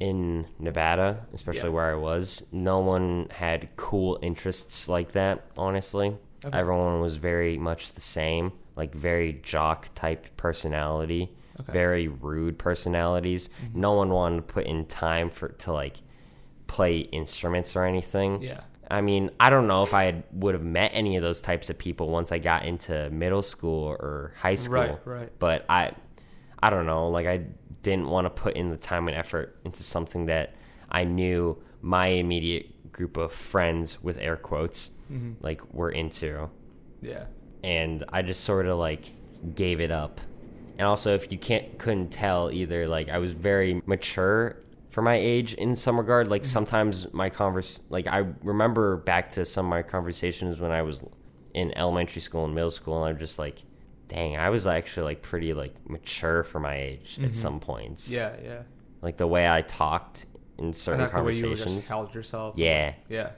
Speaker 2: In Nevada, especially
Speaker 1: Mm-hmm. Yeah.
Speaker 2: where I was, no one had cool interests like that, honestly.
Speaker 1: Okay.
Speaker 2: Everyone was very much the same. like very jock type personality,
Speaker 1: Okay. Mm-hmm.
Speaker 2: very rude personalities. No one wanted to put in time for to like play instruments or anything.
Speaker 1: Yeah.
Speaker 2: I mean, I don't know if I had, would have met any of those types of people once I got into middle school or high school.
Speaker 1: Right, right.
Speaker 2: But I, I don't know. Like I didn't want to put in the time and effort into something that I knew my immediate group of friends with air quotes
Speaker 1: Mm-hmm.
Speaker 2: like were into,
Speaker 1: Yeah.
Speaker 2: and I just sort of like gave it up. And also, if you can't couldn't tell either, like I was very mature for my age in some regard.
Speaker 1: Mm-hmm.
Speaker 2: Like sometimes my converse, like I remember back to some of my conversations when I was in elementary school and middle school, and I'm just like, dang, I was actually like pretty like mature for my age at some points.
Speaker 1: Mm-hmm. Yeah. Yeah.
Speaker 2: like the way I talked in certain
Speaker 1: like the way you were
Speaker 2: conversations.
Speaker 1: just held yourself.
Speaker 2: yeah,
Speaker 1: Yeah.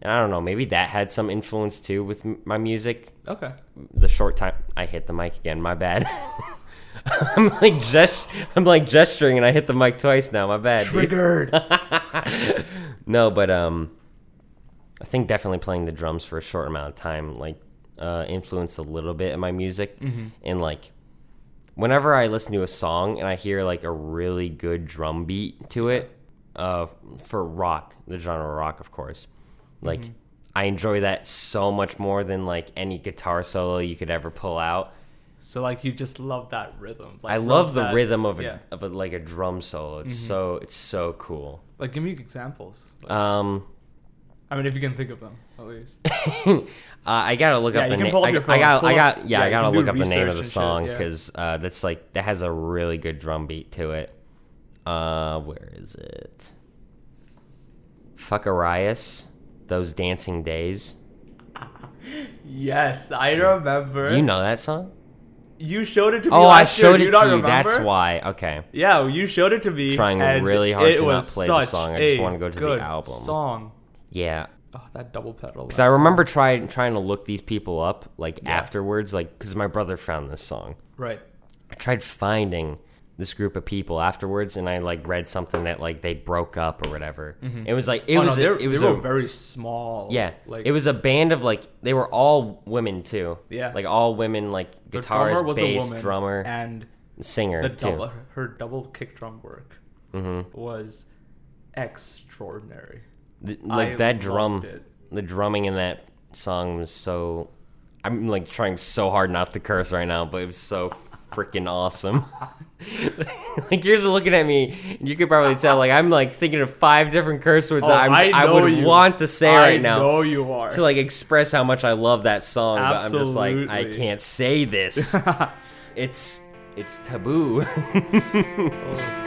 Speaker 2: and I don't know, maybe that had some influence too with m- my music
Speaker 1: Okay.
Speaker 2: the short time I hit the mic again. My bad. I'm like gest- I'm like gesturing, and I hit the mic twice now. My bad. dude.
Speaker 1: Triggered.
Speaker 2: No, but um, I think definitely playing the drums for a short amount of time like uh, influenced a little bit of my music, and like whenever I listen to a song and I hear like a really good drum beat to it, uh, for rock, the genre rock, of course, like I enjoy that so much more than like any guitar solo you could ever pull out.
Speaker 1: so like you just love that rhythm. Like,
Speaker 2: I love the
Speaker 1: that-
Speaker 2: rhythm of a,
Speaker 1: yeah. Mm-hmm.
Speaker 2: of a, like a drum solo. It's so it's so cool.
Speaker 1: Like give me examples. Like,
Speaker 2: Um,
Speaker 1: I mean, if you can think of them, at least.
Speaker 2: uh, I gotta look
Speaker 1: Yeah,
Speaker 2: up
Speaker 1: you
Speaker 2: the
Speaker 1: can
Speaker 2: name.
Speaker 1: pull up
Speaker 2: I,
Speaker 1: your
Speaker 2: I
Speaker 1: phone,
Speaker 2: got,
Speaker 1: pull
Speaker 2: I
Speaker 1: up-
Speaker 2: got, yeah,
Speaker 1: yeah,
Speaker 2: I
Speaker 1: you
Speaker 2: gotta
Speaker 1: can do
Speaker 2: look up the name of
Speaker 1: research
Speaker 2: the
Speaker 1: and shit,
Speaker 2: song
Speaker 1: yeah.
Speaker 2: because uh, that's like that has a really good drum beat to it. Uh, where is it? Fuck Arias, those dancing days.
Speaker 1: yes, I remember.
Speaker 2: Do you know that song?
Speaker 1: You showed it to me.
Speaker 2: Oh, I
Speaker 1: last year,
Speaker 2: showed
Speaker 1: you
Speaker 2: it
Speaker 1: don't
Speaker 2: to you. That's
Speaker 1: remember?
Speaker 2: why. Okay.
Speaker 1: Yeah, you showed it to me.
Speaker 2: Trying
Speaker 1: and
Speaker 2: really hard
Speaker 1: it
Speaker 2: to not
Speaker 1: was
Speaker 2: play the
Speaker 1: such
Speaker 2: song. I just
Speaker 1: a
Speaker 2: wanna go to the
Speaker 1: good
Speaker 2: album.
Speaker 1: Song.
Speaker 2: Yeah,
Speaker 1: Oh, that double pedal.
Speaker 2: Because I remember trying trying to look these people up like afterwards, like because my brother found this song.
Speaker 1: Right.
Speaker 2: I tried finding this group of people afterwards, and I like read something that like they broke up or whatever.
Speaker 1: Mm-hmm.
Speaker 2: It was like it
Speaker 1: It
Speaker 2: was
Speaker 1: was.
Speaker 2: a-
Speaker 1: Oh, they,
Speaker 2: it was
Speaker 1: they
Speaker 2: a,
Speaker 1: were very small.
Speaker 2: yeah,
Speaker 1: Like
Speaker 2: it was a band of like they were all women too.
Speaker 1: Yeah.
Speaker 2: like all women, like
Speaker 1: the
Speaker 2: guitarist,
Speaker 1: drummer was
Speaker 2: bass,
Speaker 1: a woman,
Speaker 2: drummer,
Speaker 1: and
Speaker 2: singer
Speaker 1: the
Speaker 2: too. Mm-hmm.
Speaker 1: double her double kick drum work was extraordinary.
Speaker 2: Th- like
Speaker 1: I
Speaker 2: that drum,
Speaker 1: loved it.
Speaker 2: the drumming in that song was so. I'm like trying so hard not to curse right now, but it was so freaking awesome. like you're looking at me, and you could probably tell. Like I'm like thinking of five different curse words
Speaker 1: Oh,
Speaker 2: that I'm,
Speaker 1: I
Speaker 2: I,
Speaker 1: know
Speaker 2: would
Speaker 1: you.
Speaker 2: want to say
Speaker 1: I
Speaker 2: right now
Speaker 1: know you are.
Speaker 2: to like express how much I love that song. But I'm just like I
Speaker 1: Absolutely.
Speaker 2: can't say this. it's it's taboo.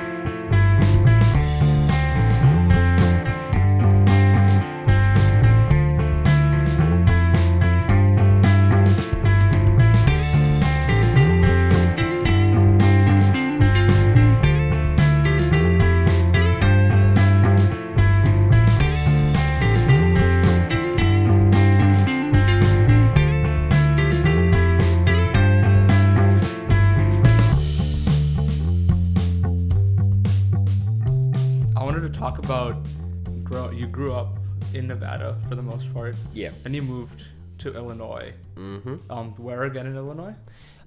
Speaker 1: I wanted to talk about grow. You grew up in Nevada for the most part,
Speaker 2: yeah.
Speaker 1: and you moved to Illinois.
Speaker 2: Mm-hmm.
Speaker 1: Um, where again in Illinois?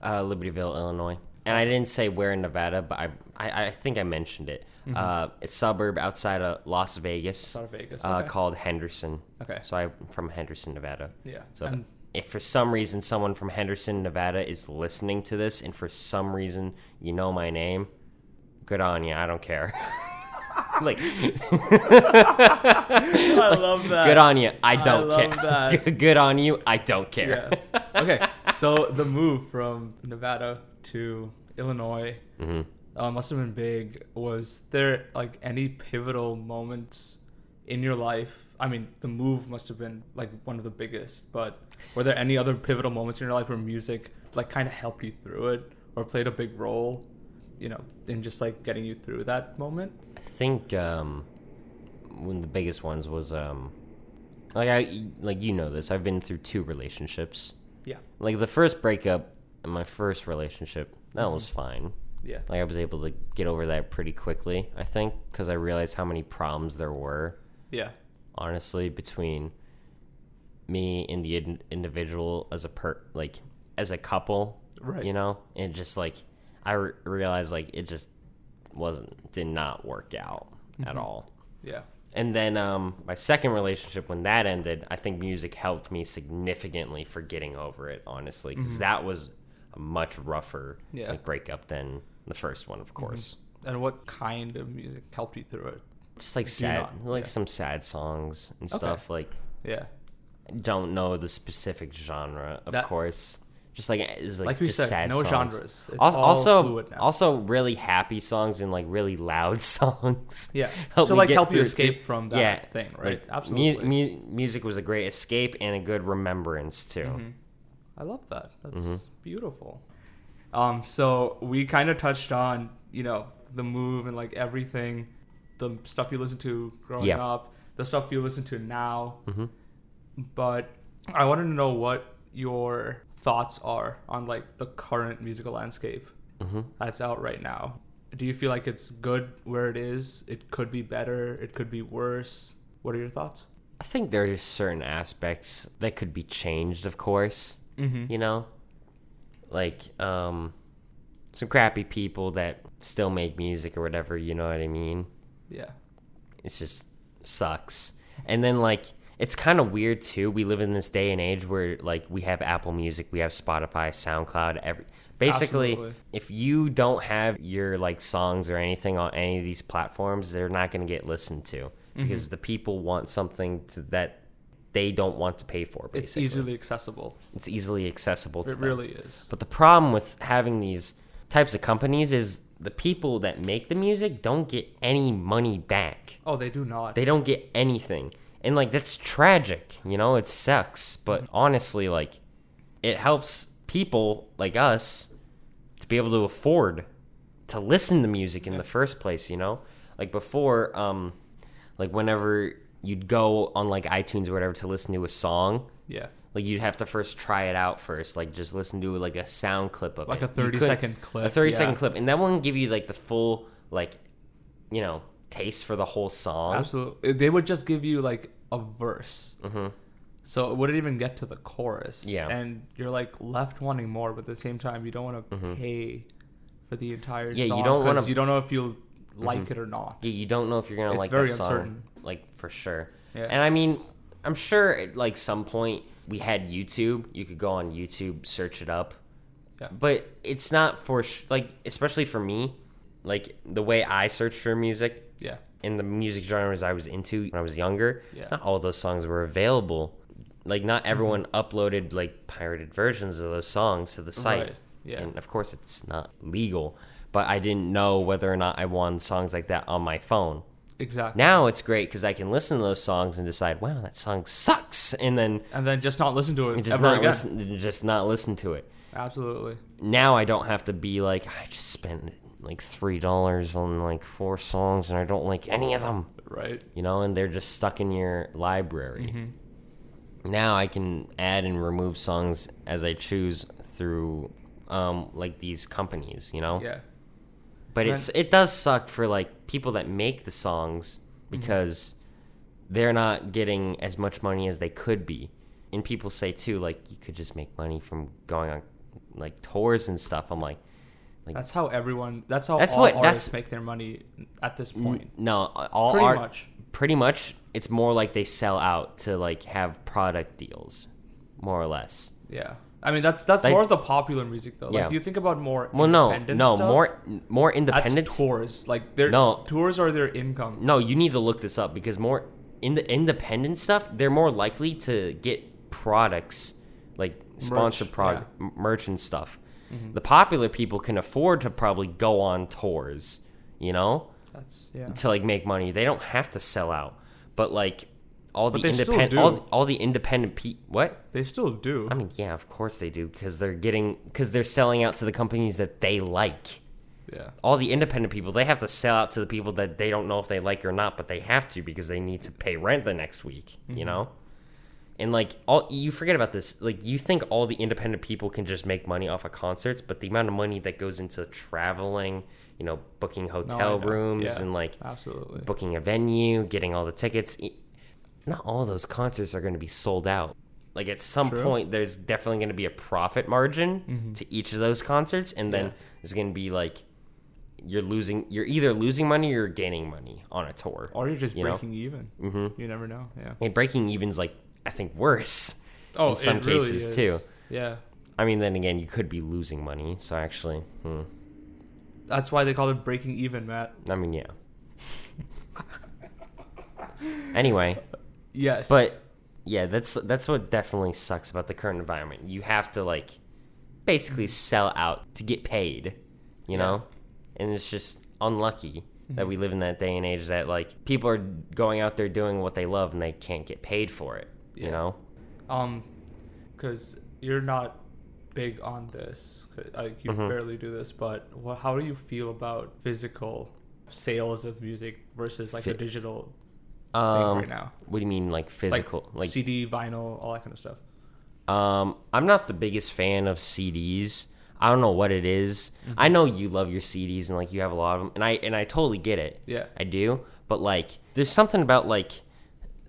Speaker 2: Uh, Libertyville, Illinois. And I didn't say where in Nevada, but I I, I think I mentioned it.
Speaker 1: Mm-hmm.
Speaker 2: Uh, a suburb outside of Las Vegas
Speaker 1: South Vegas.
Speaker 2: uh,
Speaker 1: okay.
Speaker 2: called Henderson.
Speaker 1: okay.
Speaker 2: So I'm from Henderson, Nevada.
Speaker 1: Yeah.
Speaker 2: So
Speaker 1: and
Speaker 2: if for some reason someone from Henderson, Nevada is listening to this, and for some reason you know my name, good on you. I don't care. like,
Speaker 1: I love that.
Speaker 2: good on you. I don't
Speaker 1: love
Speaker 2: care.
Speaker 1: that.
Speaker 2: good on you. I don't care.
Speaker 1: Yeah. okay. So the move from Nevada to Illinois
Speaker 2: Mm-hmm.
Speaker 1: uh, must have been big. Was there like any pivotal moments in your life? I mean, the move must have been like one of the biggest. But were there any other pivotal moments in your life where music like kind of helped you through it or played a big role? You know, in just like getting you through that moment.
Speaker 2: I think um, one of the biggest ones was um, like I like you know this. I've been through two relationships.
Speaker 1: Yeah.
Speaker 2: Like the first breakup and my first relationship, that was fine.
Speaker 1: Yeah.
Speaker 2: Like I was able to get over that pretty quickly. I think because I realized how many problems there were.
Speaker 1: Yeah.
Speaker 2: Honestly, between me and the in- individual as a per like as a couple,
Speaker 1: Right.
Speaker 2: you know, and just like I re- realized like it just wasn't did not work out at all.
Speaker 1: Yeah.
Speaker 2: And then um, my second relationship, when that ended, I think music helped me significantly for getting over it, honestly, because that was a much rougher
Speaker 1: Mm-hmm. Yeah. Mm-hmm.
Speaker 2: like, breakup than the first one, of course.
Speaker 1: And what kind of music helped you through it?
Speaker 2: Just like
Speaker 1: Do
Speaker 2: sad,
Speaker 1: not-
Speaker 2: like
Speaker 1: yeah.
Speaker 2: some sad songs and stuff. Like
Speaker 1: Yeah.
Speaker 2: don't know the specific genre, of
Speaker 1: That-
Speaker 2: course. Just like is like,
Speaker 1: Like we
Speaker 2: just
Speaker 1: said,
Speaker 2: sad
Speaker 1: no
Speaker 2: songs.
Speaker 1: genres. It's
Speaker 2: Al-
Speaker 1: all
Speaker 2: also,
Speaker 1: fluid now.
Speaker 2: also really happy songs and like really loud songs.
Speaker 1: Yeah.
Speaker 2: helped
Speaker 1: to
Speaker 2: me
Speaker 1: like
Speaker 2: get
Speaker 1: help you
Speaker 2: through it, too.
Speaker 1: escape from that thing, right?
Speaker 2: like, mu-
Speaker 1: Absolutely.
Speaker 2: mu- music was a great escape and a good remembrance too.
Speaker 1: Mm-hmm. I love that. That's
Speaker 2: Mm-hmm.
Speaker 1: beautiful. Um, so we kind of touched on, you know, the move and like everything, the stuff you listened to growing
Speaker 2: Yeah. Mm-hmm.
Speaker 1: up, the stuff you listen to now. But I wanted to know what your thoughts are on like the current musical landscape
Speaker 2: Mm-hmm.
Speaker 1: that's out right now. Do you feel like it's good where it is? It could be better. It could be worse. What are your thoughts?
Speaker 2: I think there are just certain aspects that could be changed, of course.
Speaker 1: Mhm.
Speaker 2: You know, like um, some crappy people that still make music or whatever. You know what I mean?
Speaker 1: Yeah.
Speaker 2: It's just sucks. And then like it's kind of weird too. We live in this day and age where like we have Apple Music, we have Spotify, SoundCloud, every basically
Speaker 1: Absolutely.
Speaker 2: if you don't have your like songs or anything on any of these platforms, they're not going to get listened to
Speaker 1: Mm-hmm.
Speaker 2: because the people want something to, that they don't want to pay for basically.
Speaker 1: It's easily accessible.
Speaker 2: it's easily accessible to
Speaker 1: It
Speaker 2: them.
Speaker 1: really is.
Speaker 2: But the problem with having these types of companies is the people that make the music don't get any money back
Speaker 1: Oh, they do not.
Speaker 2: they don't get anything and like that's tragic you know it sucks but honestly like it helps people like us to be able to afford to listen to music in the first place you know like before um like whenever you'd go on like itunes or whatever to listen to a song
Speaker 1: yeah.
Speaker 2: like you'd have to first try it out first like just listen to like a sound clip of
Speaker 1: Like
Speaker 2: it.
Speaker 1: a 30
Speaker 2: You couldn't-
Speaker 1: second clip,
Speaker 2: a thirty second
Speaker 1: yeah.
Speaker 2: clip and that wouldn't give you like the full like you know taste for the whole song
Speaker 1: Absolutely. They would just give you like a verse. Mm-hmm. So it wouldn't even get to the chorus.
Speaker 2: Yeah.
Speaker 1: And you're like left wanting more, but at the same time, you don't want to pay for the entire
Speaker 2: Mm-hmm. Yeah, you
Speaker 1: song
Speaker 2: don't wanna- Mm-hmm.
Speaker 1: 'cause you don't know if you'll like it or not.
Speaker 2: Yeah, you don't know if you're gonna
Speaker 1: It's
Speaker 2: like
Speaker 1: very
Speaker 2: that song,
Speaker 1: uncertain.
Speaker 2: like for sure.
Speaker 1: Yeah.
Speaker 2: And I mean, I'm sure at like some point we had YouTube. You could go on YouTube, search it up.
Speaker 1: Yeah.
Speaker 2: But it's not for sh- like, especially for me, like the way I search for music
Speaker 1: Yeah.
Speaker 2: in the music genres I was into when I was younger.
Speaker 1: Yeah. Mm-hmm.
Speaker 2: Not all those songs were available. Like not everyone uploaded like pirated versions of those songs to the site.
Speaker 1: Right, yeah.
Speaker 2: And of course it's not legal, but I didn't know whether or not I wanted songs like that on my phone.
Speaker 1: Exactly.
Speaker 2: Now it's great because I can listen to those songs and decide, wow, that song sucks, and then
Speaker 1: and then just not listen to it
Speaker 2: just
Speaker 1: ever
Speaker 2: not
Speaker 1: again.
Speaker 2: listen, just not listen to it.
Speaker 1: Absolutely.
Speaker 2: Now I don't have to be like, I just spent like three dollars on like four songs and I don't like any of them,
Speaker 1: Right.
Speaker 2: you know, and they're just stuck in your library.
Speaker 1: Mm-hmm.
Speaker 2: Now I can add and remove songs as I choose through um, like these companies, you know.
Speaker 1: Yeah.
Speaker 2: But it's it does suck for like people that make the songs
Speaker 1: Mm-hmm.
Speaker 2: because they're not getting as much money as they could be. And people say too, like you could just make money from going on like tours and stuff. I'm like,
Speaker 1: That's how everyone. That's how
Speaker 2: That's
Speaker 1: all
Speaker 2: what-
Speaker 1: artists
Speaker 2: that's-
Speaker 1: make their money at this point.
Speaker 2: no, all
Speaker 1: Pretty
Speaker 2: art.
Speaker 1: much.
Speaker 2: Pretty much, it's more like they sell out to like have product deals, more or less.
Speaker 1: Yeah. I mean, that's that's
Speaker 2: Like-
Speaker 1: more of the popular music though.
Speaker 2: Yeah.
Speaker 1: Like you think about more.
Speaker 2: Well, no,
Speaker 1: independent
Speaker 2: no,
Speaker 1: stuff,
Speaker 2: more more independent.
Speaker 1: That's tours. Like their
Speaker 2: No.
Speaker 1: tours are their income.
Speaker 2: No, you need to look this up because more in the independent stuff, they're more likely to get products like sponsor
Speaker 1: yeah. Mm-hmm.
Speaker 2: product merch and stuff. The popular people can afford to probably go on tours, you know,
Speaker 1: That's yeah.
Speaker 2: to like make money. They don't have to sell out. But like all the
Speaker 1: they still
Speaker 2: independent
Speaker 1: do.
Speaker 2: all, all the independent pe what?
Speaker 1: They still do.
Speaker 2: I mean, yeah, of course they do cuz they're getting cuz they're selling out to the companies that they like
Speaker 1: yeah.
Speaker 2: all the independent people they have to sell out to the people that they don't know if they like or not but they have to because they need to pay rent the next week
Speaker 1: Mm-hmm.
Speaker 2: you know and like all you forget about this like you think all the independent people can just make money off of concerts but the amount of money that goes into traveling you know booking
Speaker 1: No, I
Speaker 2: hotel
Speaker 1: know.
Speaker 2: rooms
Speaker 1: Yeah.
Speaker 2: and like
Speaker 1: absolutely.
Speaker 2: booking a venue getting all the tickets e- not all those concerts are going to be sold out Like at some
Speaker 1: True.
Speaker 2: point, there's definitely going to be a profit margin
Speaker 1: Mhm.
Speaker 2: to each of those concerts, and then
Speaker 1: Yeah.
Speaker 2: there's going to be like you're losing, you're either losing money or you're gaining money on a tour.
Speaker 1: Or you're just
Speaker 2: You know?
Speaker 1: breaking even.
Speaker 2: hmm
Speaker 1: You never know. Yeah.
Speaker 2: And breaking even's like I think worse.
Speaker 1: Oh,
Speaker 2: In some
Speaker 1: it really
Speaker 2: cases,
Speaker 1: is.
Speaker 2: too.
Speaker 1: Yeah.
Speaker 2: I mean, then again, you could be losing money. So actually, hmm.
Speaker 1: That's why they call it breaking even, Matt.
Speaker 2: I mean, yeah. anyway,
Speaker 1: Yes.
Speaker 2: but yeah, that's that's what definitely sucks about the current environment. You have to like basically sell out to get paid, you know? And it's just unlucky that we live in that day and age that like people are going out there doing what they love and they can't get paid for it, you
Speaker 1: Yeah.
Speaker 2: know?
Speaker 1: um, because you're not big on this, 'cause, like you
Speaker 2: Mhm.
Speaker 1: barely do this. But wha how do you feel about physical sales of music versus like the
Speaker 2: Fi-
Speaker 1: digital
Speaker 2: Um,
Speaker 1: right now.
Speaker 2: What do you mean like physical? Like,
Speaker 1: CD, vinyl, all that kind of stuff?
Speaker 2: um I'm not the biggest fan of CDs. I don't know what it is. I know you love your CDs and like you have a lot of them and I and I totally get it.
Speaker 1: Yeah.
Speaker 2: I do, but like there's something about like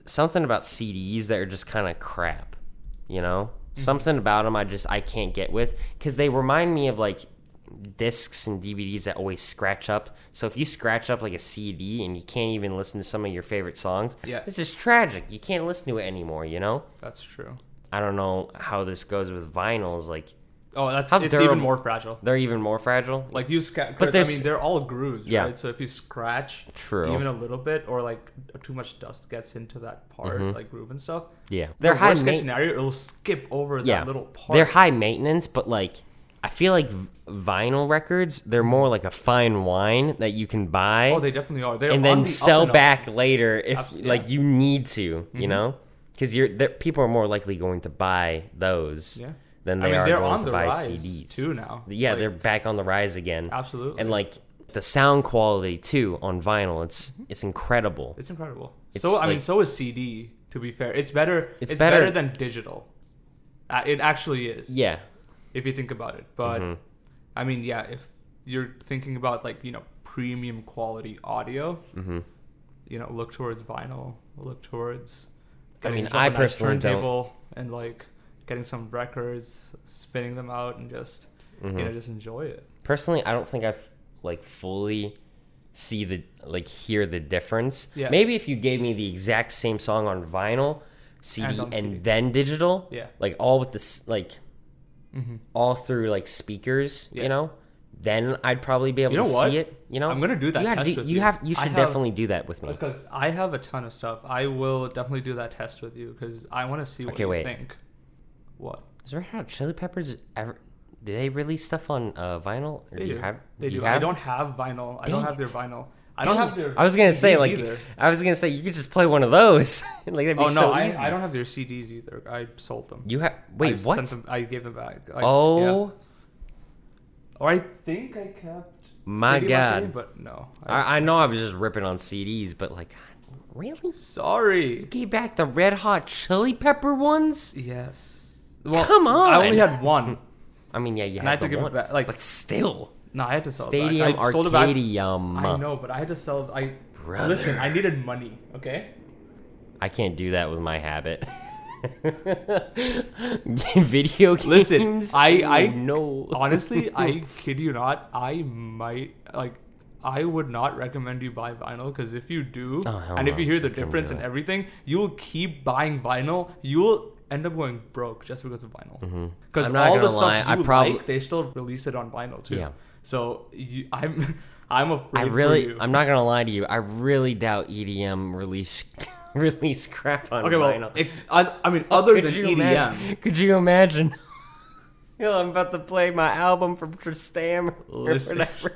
Speaker 2: something about CDs that are just kind of crap, you know?
Speaker 1: Mm-hmm.
Speaker 2: Something about them I just I can't get with cuz they remind me of like discs and DVDs that always scratch up. So if you scratch up like a CD and you can't even listen to some of your favorite songs,
Speaker 1: Yeah.
Speaker 2: it's just tragic. You can't listen to it anymore, you know?
Speaker 1: That's true.
Speaker 2: I don't know how this goes with vinyls like
Speaker 1: Oh, that's
Speaker 2: How
Speaker 1: it's
Speaker 2: durable-
Speaker 1: even more fragile.
Speaker 2: they're even more fragile.
Speaker 1: Like you scratch,
Speaker 2: But
Speaker 1: but I
Speaker 2: there's-
Speaker 1: mean they're all grooves,
Speaker 2: Yeah.
Speaker 1: right? So if you scratch
Speaker 2: True.
Speaker 1: even a little bit, or like too much dust gets into that part, like groove and stuff, They're
Speaker 2: yeah. Mm-hmm. They're high
Speaker 1: worst case
Speaker 2: maintenance.
Speaker 1: scenario, it'll skip over
Speaker 2: yeah,
Speaker 1: that little part.
Speaker 2: They're high maintenance, but like I feel like v- vinyl records, they're more like a fine wine that you can buy
Speaker 1: oh, they definitely are. They're
Speaker 2: and
Speaker 1: on
Speaker 2: then
Speaker 1: the up
Speaker 2: sell
Speaker 1: and up.
Speaker 2: back later if
Speaker 1: Abs- yeah. Mm-hmm.
Speaker 2: like you need to, you know? Because you're they're- people are more likely going to buy those
Speaker 1: Yeah.
Speaker 2: than
Speaker 1: I
Speaker 2: they
Speaker 1: mean,
Speaker 2: are
Speaker 1: they're
Speaker 2: going
Speaker 1: on
Speaker 2: to
Speaker 1: the
Speaker 2: buy
Speaker 1: rise
Speaker 2: CDs.
Speaker 1: too now.
Speaker 2: Yeah,
Speaker 1: Like,
Speaker 2: they're back on the rise again.
Speaker 1: absolutely
Speaker 2: And like the sound quality too on vinyl, it's it's incredible.
Speaker 1: Mm-hmm. it's incredible.
Speaker 2: It's
Speaker 1: so I mean,
Speaker 2: like-
Speaker 1: so is CD. To be fair, it's better.
Speaker 2: It's
Speaker 1: It's,
Speaker 2: better-
Speaker 1: better. than digital. Uh, it actually is.
Speaker 2: yeah. Mm-hmm.
Speaker 1: if you think about it. But I mean, yeah, if you're thinking about like you know premium quality audio,
Speaker 2: Mhm.
Speaker 1: you know, look towards vinyl. Look towards.
Speaker 2: I mean,
Speaker 1: yourself
Speaker 2: I
Speaker 1: a nice
Speaker 2: personally don't-
Speaker 1: turntable and like getting some records, spinning them out, and just
Speaker 2: Mm-hmm.
Speaker 1: you know just enjoy it.
Speaker 2: personally i don't think i like fully see the like hear the difference
Speaker 1: Yeah.
Speaker 2: maybe if you gave me the exact same song on vinyl cd and,
Speaker 1: And on CD.
Speaker 2: then digital
Speaker 1: Yeah.
Speaker 2: like all with this like
Speaker 1: Mhm.
Speaker 2: all through like speakers
Speaker 1: Yeah.
Speaker 2: you know then i'd probably be able
Speaker 1: You know
Speaker 2: to
Speaker 1: what?
Speaker 2: see it you know
Speaker 1: I'm gonna do that
Speaker 2: you, gotta
Speaker 1: test
Speaker 2: do-
Speaker 1: with
Speaker 2: you
Speaker 1: you.
Speaker 2: have you
Speaker 1: I
Speaker 2: should
Speaker 1: have-
Speaker 2: definitely do that with me
Speaker 1: Because I have a ton of stuff. I will definitely do that test with you because I want to see what
Speaker 2: Okay,
Speaker 1: you
Speaker 2: wait.
Speaker 1: think. What?
Speaker 2: is red hot chili peppers ever do they release stuff on uh, vinyl or
Speaker 1: They
Speaker 2: do you
Speaker 1: do.
Speaker 2: have
Speaker 1: They
Speaker 2: you
Speaker 1: do. I
Speaker 2: have?
Speaker 1: don't have vinyl. I
Speaker 2: Dang
Speaker 1: don't have their
Speaker 2: it.
Speaker 1: vinyl. I don't
Speaker 2: Dang
Speaker 1: have
Speaker 2: it.
Speaker 1: their.
Speaker 2: I was gonna say
Speaker 1: CDs
Speaker 2: like
Speaker 1: either.
Speaker 2: I was gonna say you could just play one of those. like that'd be
Speaker 1: Oh no,
Speaker 2: so
Speaker 1: I,
Speaker 2: easy.
Speaker 1: I don't have their CDs either. I sold them.
Speaker 2: You have wait
Speaker 1: I
Speaker 2: what?
Speaker 1: sent them- I gave them back. I,
Speaker 2: oh
Speaker 1: yeah. Or I think I kept.
Speaker 2: My
Speaker 1: CD back
Speaker 2: God.
Speaker 1: there, but no. I,
Speaker 2: I, I know I was just ripping on CDs, but like God, really?
Speaker 1: sorry.
Speaker 2: Gave back the Red Hot Chili Pepper ones?
Speaker 1: Yes. Well,
Speaker 2: Come
Speaker 1: I only
Speaker 2: on.
Speaker 1: had one.
Speaker 2: I mean, yeah, you
Speaker 1: And I
Speaker 2: had
Speaker 1: had to
Speaker 2: the
Speaker 1: give
Speaker 2: one,
Speaker 1: it back. Like
Speaker 2: but still,
Speaker 1: no, I had to sell. it
Speaker 2: Stadium
Speaker 1: back. I sold it back.
Speaker 2: Arcadium.
Speaker 1: I know, but I had to sell. I
Speaker 2: Brother.
Speaker 1: listen. I needed money. Okay.
Speaker 2: I can't do that with my habit. Video games.
Speaker 1: Listen, I- I-
Speaker 2: no.
Speaker 1: Honestly, I kid you not. I might like. I would not recommend you buy vinyl because if you do,
Speaker 2: Oh, hell
Speaker 1: and if
Speaker 2: no.
Speaker 1: you hear the
Speaker 2: I couldn't
Speaker 1: difference
Speaker 2: do
Speaker 1: and
Speaker 2: it.
Speaker 1: everything, you'll keep buying vinyl. You'll end up going broke just because of vinyl. Because
Speaker 2: Mm-hmm. I'm not
Speaker 1: all
Speaker 2: gonna
Speaker 1: the stuff
Speaker 2: lie, I
Speaker 1: you
Speaker 2: prob-
Speaker 1: like, they still release it on vinyl too.
Speaker 2: Yeah.
Speaker 1: So you, I'm, I'm afraid.
Speaker 2: I
Speaker 1: for
Speaker 2: really,
Speaker 1: you.
Speaker 2: I'm not gonna lie to you. I really doubt EDM release release crap on
Speaker 1: okay. Well,
Speaker 2: vinyl.
Speaker 1: it, I, I mean, other than E EDM,
Speaker 2: Imagine, could you imagine? Yo, I'm about to play my album from Tristam or
Speaker 1: Listen.
Speaker 2: whatever.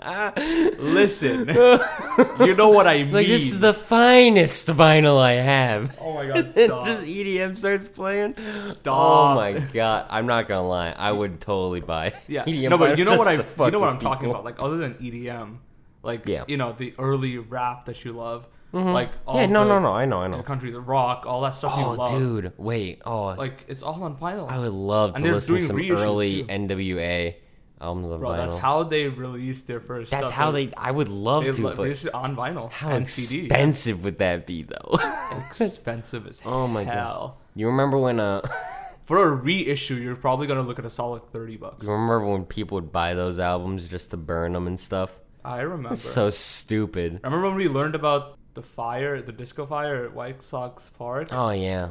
Speaker 1: listen, you know what I mean.
Speaker 2: Like this is the finest vinyl I have.
Speaker 1: Oh my God,
Speaker 2: And
Speaker 1: stop.
Speaker 2: Just EDM starts playing. Oh
Speaker 1: Stop.
Speaker 2: my god! I'm not gonna lie. I would totally buy.
Speaker 1: Yeah.
Speaker 2: EDM
Speaker 1: no, but
Speaker 2: vinyl
Speaker 1: you know
Speaker 2: just
Speaker 1: what I
Speaker 2: to fuck
Speaker 1: you know what
Speaker 2: with
Speaker 1: I'm talking
Speaker 2: people.
Speaker 1: about. Like other than EDM, like
Speaker 2: Yeah. Mm-hmm.
Speaker 1: you know the early rap that you love, like all
Speaker 2: Yeah, no,
Speaker 1: the,
Speaker 2: no, no. I know, I
Speaker 1: you know,
Speaker 2: know.
Speaker 1: country, the rock, all that stuff you
Speaker 2: Oh,
Speaker 1: love.
Speaker 2: dude, wait. Oh,
Speaker 1: Like it's all on vinyl.
Speaker 2: I would love
Speaker 1: And
Speaker 2: to
Speaker 1: they're
Speaker 2: listen to
Speaker 1: doing
Speaker 2: some
Speaker 1: reissues,
Speaker 2: early
Speaker 1: too.
Speaker 2: NWA albums on
Speaker 1: Bro,
Speaker 2: vinyl.
Speaker 1: that's how they released their first.
Speaker 2: That's
Speaker 1: stuff.
Speaker 2: how they. I would love
Speaker 1: they
Speaker 2: to,
Speaker 1: le-
Speaker 2: but
Speaker 1: released it on vinyl
Speaker 2: How
Speaker 1: and CD.
Speaker 2: expensive would that be, though?
Speaker 1: Expensive as
Speaker 2: Oh my God.
Speaker 1: hell.
Speaker 2: You remember when uh
Speaker 1: For a reissue, you're probably gonna look at a solid thirty bucks.
Speaker 2: you remember when people would buy those albums just to burn them and stuff?
Speaker 1: I remember.
Speaker 2: That's so stupid.
Speaker 1: remember when we learned about the fire, the disco fire at White Sox Park?
Speaker 2: Oh yeah.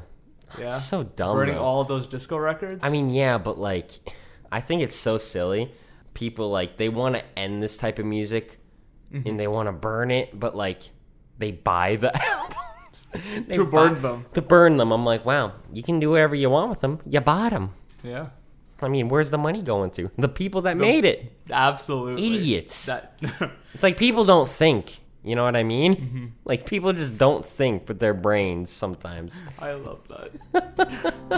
Speaker 1: yeah,
Speaker 2: It's so dumb.
Speaker 1: burning
Speaker 2: though.
Speaker 1: all those disco records.
Speaker 2: I mean, yeah, but like, I think it's so silly. People like they want to end this type of music,
Speaker 1: Mm-hmm.
Speaker 2: and they want to burn it, but like they buy the albums They
Speaker 1: To
Speaker 2: buy-
Speaker 1: burn them.
Speaker 2: To burn them, I'm like, wow, you can do whatever you want with them. You bought them.
Speaker 1: yeah,
Speaker 2: I mean, where's the money going to? The people that made it.
Speaker 1: absolutely.
Speaker 2: Idiots.
Speaker 1: That
Speaker 2: It's like people don't think. You know what I mean?
Speaker 1: Mm-hmm.
Speaker 2: Like people just don't think with their brains sometimes.
Speaker 1: I love that.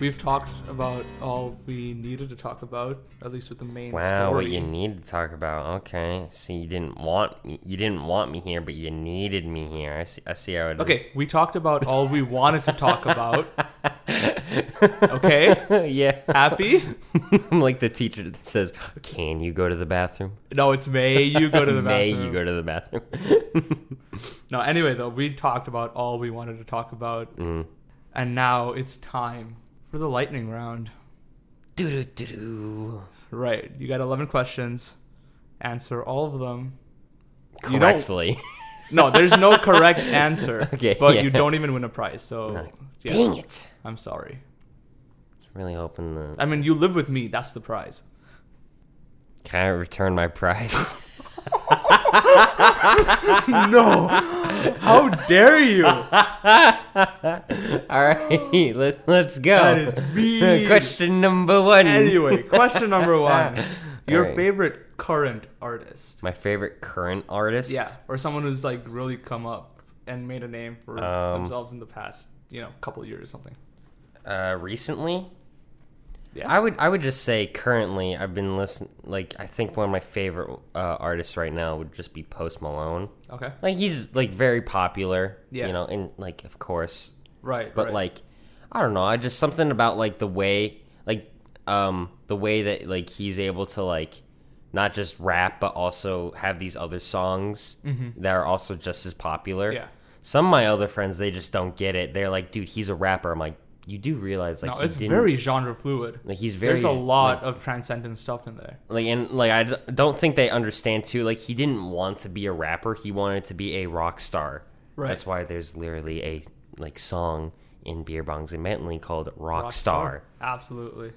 Speaker 1: We've talked about all we needed to talk about, at least with the main
Speaker 2: Wow,
Speaker 1: story.
Speaker 2: what you need to talk about? Okay, so you didn't want me, you didn't want me here, but you needed me here. I see. I see how it is.
Speaker 1: Okay, we talked about all we wanted to talk about. Okay,
Speaker 2: yeah.
Speaker 1: happy?
Speaker 2: I'm like the teacher that says, "Can you go to the bathroom?"
Speaker 1: No, it's May. You go to the
Speaker 2: May
Speaker 1: bathroom.
Speaker 2: you go to the bathroom?
Speaker 1: no, anyway, though, we talked about all we wanted to talk about.
Speaker 2: Mm.
Speaker 1: And now it's time for the lightning round.
Speaker 2: do do do do.
Speaker 1: Right, you got 11 questions. Answer all of them. You don't-
Speaker 2: Correctly.
Speaker 1: No, there's no correct answer.
Speaker 2: Okay,
Speaker 1: But
Speaker 2: yeah.
Speaker 1: you don't even win a prize, so. yeah,
Speaker 2: Dang it!
Speaker 1: I'm sorry.
Speaker 2: I was really hoping that
Speaker 1: I mean, you live with me. That's the prize.
Speaker 2: can I return my prize?
Speaker 1: no! How dare you?
Speaker 2: All right, let's let's go.
Speaker 1: That is mean.
Speaker 2: Question number one.
Speaker 1: Anyway, question number one. Your
Speaker 2: Alright.
Speaker 1: favorite current artist.
Speaker 2: my favorite current artist.
Speaker 1: Yeah. Or someone who's like really come up and made a name for
Speaker 2: Um,
Speaker 1: themselves in the past, you know, couple years or something.
Speaker 2: uh, recently.
Speaker 1: Yeah.
Speaker 2: I would I would just say currently I've been listening like I think one of my favorite uh, artists right now would just be Post Malone.
Speaker 1: Okay.
Speaker 2: Like he's like very popular,
Speaker 1: Yeah.
Speaker 2: you know, and like of course,
Speaker 1: Right.
Speaker 2: but
Speaker 1: right.
Speaker 2: like I don't know, I just something about like the way like um the way that like he's able to like not just rap but also have these other songs that are also just as popular.
Speaker 1: Mm-hmm. Yeah.
Speaker 2: Some of my other friends they just don't get it. They're like, dude, he's a rapper. I'm like, you do realize like
Speaker 1: no,
Speaker 2: he
Speaker 1: it's
Speaker 2: didn't
Speaker 1: very genre fluid.
Speaker 2: like he's very
Speaker 1: There's a lot of transcendent stuff in there.
Speaker 2: like and like I d- don't think they understand too. Like he didn't want to be a rapper; he wanted to be a rock star.
Speaker 1: Right.
Speaker 2: That's why there's literally a like song in Beer Bongs and Bentley called rock,
Speaker 1: Rockstar.
Speaker 2: star.
Speaker 1: Absolutely.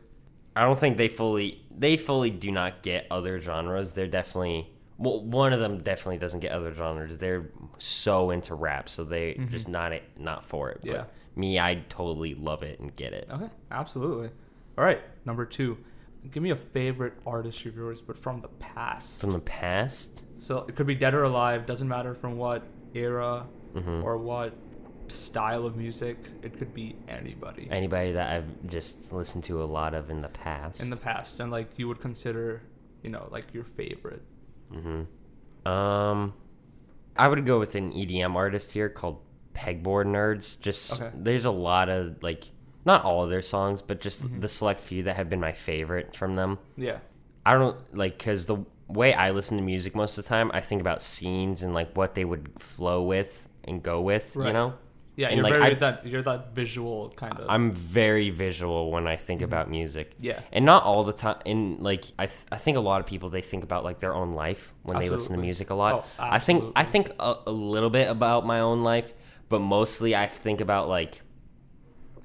Speaker 2: I don't think they fully they fully do not get other genres. They're definitely well, one of them definitely doesn't get other genres. They're so into rap, so they just not it not for it.
Speaker 1: Mm-hmm. Yeah. Oh.
Speaker 2: But me, I totally love it and get it.
Speaker 1: Okay. Absolutely. All right. Number two. Give me a favorite artist of yours, but from the past.
Speaker 2: From the past,
Speaker 1: So it could be dead or alive, doesn't matter from what era
Speaker 2: Mm-hmm.
Speaker 1: or what style of music. It could be anybody
Speaker 2: anybody that I've just listened to a lot of in the past.
Speaker 1: in the past and like you would consider, you know, like your favorite.
Speaker 2: Um, I would go with an EDM artist here called Pegboard Nerds. Just
Speaker 1: Okay.
Speaker 2: there's a lot of like not all of their songs, but just
Speaker 1: Mm-hmm.
Speaker 2: the select few that have been my favorite from them.
Speaker 1: Yeah.
Speaker 2: I don't like because the way I listen to music most of the time, I think about scenes and like what they would flow with and go with. You
Speaker 1: Right.
Speaker 2: know,
Speaker 1: Yeah,
Speaker 2: And,
Speaker 1: you're
Speaker 2: like,
Speaker 1: very
Speaker 2: I-
Speaker 1: that you're that visual kind of.
Speaker 2: I'm very visual when I
Speaker 1: Mm-hmm.
Speaker 2: think about music.
Speaker 1: Yeah.
Speaker 2: and not all the time. And like I, th- I think a lot of people they think about like their own life when they listen to
Speaker 1: Absolutely.
Speaker 2: music a lot.
Speaker 1: Oh,
Speaker 2: I think I think a, a little bit about my own life, but mostly I think about like,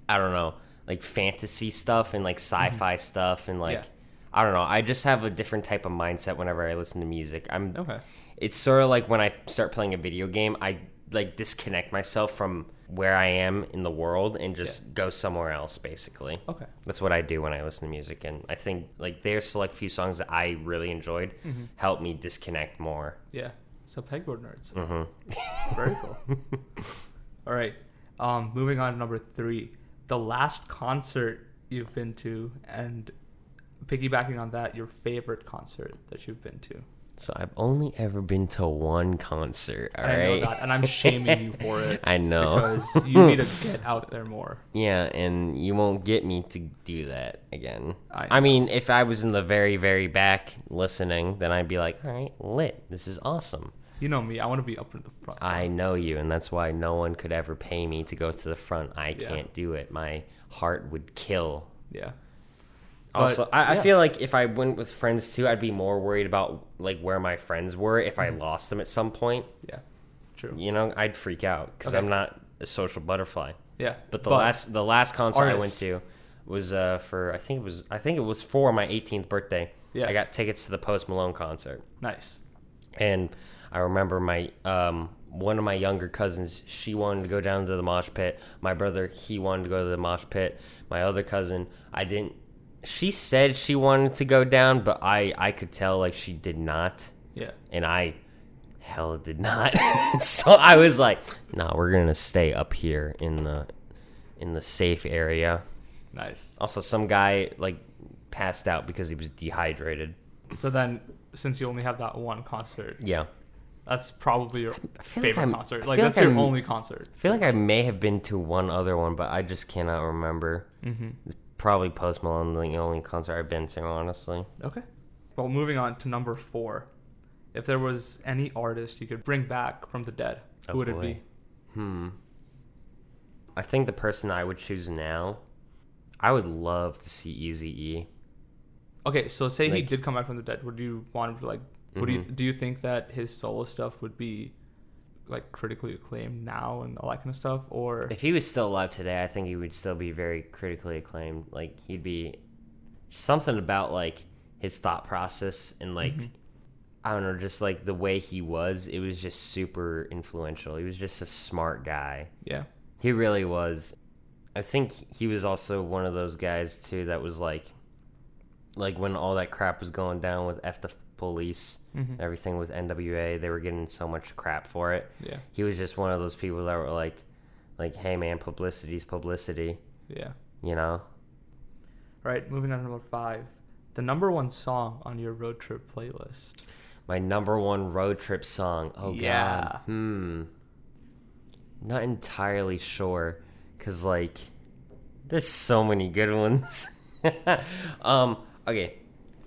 Speaker 2: I don't know, like fantasy stuff and like sci-fi stuff and like.
Speaker 1: Mm-hmm. Yeah.
Speaker 2: I don't know. I just have a different type of mindset whenever I listen to music. I'm
Speaker 1: Okay.
Speaker 2: it's sort of like when I start playing a video game, I like disconnect myself from where I am in the world and just go somewhere else basically.
Speaker 1: Okay.
Speaker 2: That's what I do when I listen to music and I think like their select few songs that I really enjoyed
Speaker 1: Mm-hmm.
Speaker 2: help me disconnect more.
Speaker 1: Yeah. So pegboard nerds.
Speaker 2: Mm-hmm.
Speaker 1: Very cool. All right. Um, moving on to number three, the last concert you've been to, and piggybacking on that, your favorite concert that you've been to.
Speaker 2: So I've only ever been to one concert. All
Speaker 1: I know
Speaker 2: right.
Speaker 1: that, and I'm shaming you for it.
Speaker 2: I know.
Speaker 1: because you need to get out there more.
Speaker 2: Yeah, and you won't get me to do that again.
Speaker 1: I
Speaker 2: I, mean, if I was in the very, very back listening, then I'd be like, all right, lit. This is awesome.
Speaker 1: You know me. I want to be up in the front.
Speaker 2: I know you, and that's why no one could ever pay me to go to the front. I
Speaker 1: Yeah.
Speaker 2: can't do it. My heart would kill.
Speaker 1: yeah. But-
Speaker 2: Also, I,
Speaker 1: yeah.
Speaker 2: I feel like if I went with friends too, I'd be more worried about like where my friends were if
Speaker 1: Mm-hmm.
Speaker 2: I lost them at some point.
Speaker 1: Yeah. True.
Speaker 2: You know, I'd freak out because
Speaker 1: Okay.
Speaker 2: I'm not a social butterfly.
Speaker 1: Yeah.
Speaker 2: But the last the last concert I went
Speaker 1: Artists.
Speaker 2: to was uh, for I think it was I think it was for my 18th birthday.
Speaker 1: Yeah.
Speaker 2: I got tickets to the Post Malone concert,
Speaker 1: Nice.
Speaker 2: and I remember my um, one of my younger cousins she wanted to go down to the mosh pit. My brother he wanted to go to the mosh pit. My other cousin I didn't. She said she wanted to go down, but I I could tell like she did not
Speaker 1: Yeah.
Speaker 2: and I hell did not. so I was like, "Nah, we're gonna stay up here in the in the safe area."
Speaker 1: Nice.
Speaker 2: Also, some guy like passed out because he was dehydrated.
Speaker 1: So then, since you only have that one concert,
Speaker 2: Yeah,
Speaker 1: that's probably your
Speaker 2: feel like
Speaker 1: favorite
Speaker 2: I'm-
Speaker 1: concert.
Speaker 2: I
Speaker 1: Like
Speaker 2: feel
Speaker 1: that's
Speaker 2: like
Speaker 1: your
Speaker 2: I'm-
Speaker 1: only concert.
Speaker 2: I feel like I may have been to one other one, but I just cannot remember.
Speaker 1: Mm-hmm.
Speaker 2: Probably Post Malone, the only concert I've been to, honestly.
Speaker 1: Okay. Well, moving on to number four. If there was any artist you could bring back from the dead,
Speaker 2: Oh,
Speaker 1: who would it
Speaker 2: boy.
Speaker 1: be?
Speaker 2: Hmm. I think the person I would choose now, I would love to see Easy E.
Speaker 1: Okay, so say he
Speaker 2: Like- Mm-hmm.
Speaker 1: did come back from the dead, would you want him to like? Would you do you think that his solo stuff would be like critically acclaimed now and all that kind of stuff, or
Speaker 2: If he was still alive today, I think he would still be very critically acclaimed. Like he'd be something about like his thought process and like
Speaker 1: Mm-hmm.
Speaker 2: I don't know, just like the way he was. It was just super influential. He was just a smart guy.
Speaker 1: yeah,
Speaker 2: He really was. I think he was also one of those guys too that was like, like when all that crap was going down with f the police,
Speaker 1: Mhm.
Speaker 2: everything with NWA, they were getting so much crap for it
Speaker 1: yeah,
Speaker 2: he was just one of those people that were like like hey man publicity's publicity
Speaker 1: yeah?
Speaker 2: you know
Speaker 1: All right, moving on to number five, the number one song on your road trip playlist.
Speaker 2: my number one road trip song oh
Speaker 1: Yeah.
Speaker 2: god hmm not entirely sure because like there's so many good ones um okay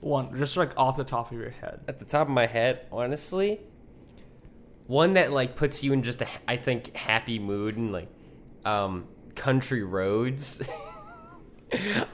Speaker 1: One, just like off the top of your head.
Speaker 2: at the top of my head honestly one that like puts you in just a h- i think happy mood and like um country roads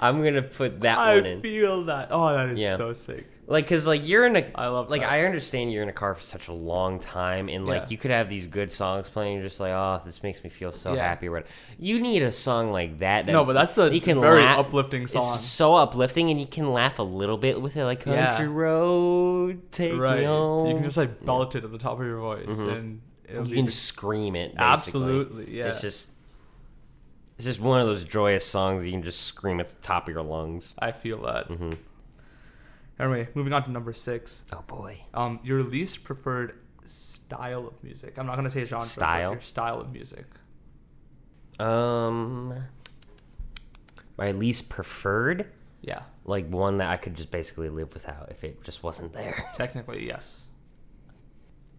Speaker 2: i'm gonna put that one
Speaker 1: I
Speaker 2: in
Speaker 1: feel that. Oh, that is
Speaker 2: Yeah.
Speaker 1: so sick.
Speaker 2: like because like you're in a
Speaker 1: I love
Speaker 2: like
Speaker 1: that.
Speaker 2: i understand you're in a car for such a long time and like
Speaker 1: Yeah.
Speaker 2: you could have these good songs playing you're just like oh this makes me feel so
Speaker 1: Yeah.
Speaker 2: happy right you need a song like that, that
Speaker 1: No, but that's a very uplifting song.
Speaker 2: it's so uplifting and you can laugh a little bit with it like
Speaker 1: Yeah.
Speaker 2: country road take
Speaker 1: Right,
Speaker 2: me home Mm-hmm.
Speaker 1: you can just like belt it at the top of your voice, and it'll be
Speaker 2: you can scream it basically.
Speaker 1: absolutely, yeah.
Speaker 2: it's just it's just one of those joyous songs that you can just scream at the top of your lungs
Speaker 1: I feel that.
Speaker 2: Mhm.
Speaker 1: Anyway, moving on to number six.
Speaker 2: oh boy
Speaker 1: Um, your least preferred style of music. I'm not gonna say genre. but
Speaker 2: Style?
Speaker 1: Your style of music.
Speaker 2: Um, my least preferred,
Speaker 1: Yeah.
Speaker 2: like one that I could just basically live without if it just wasn't there.
Speaker 1: Technically, yes.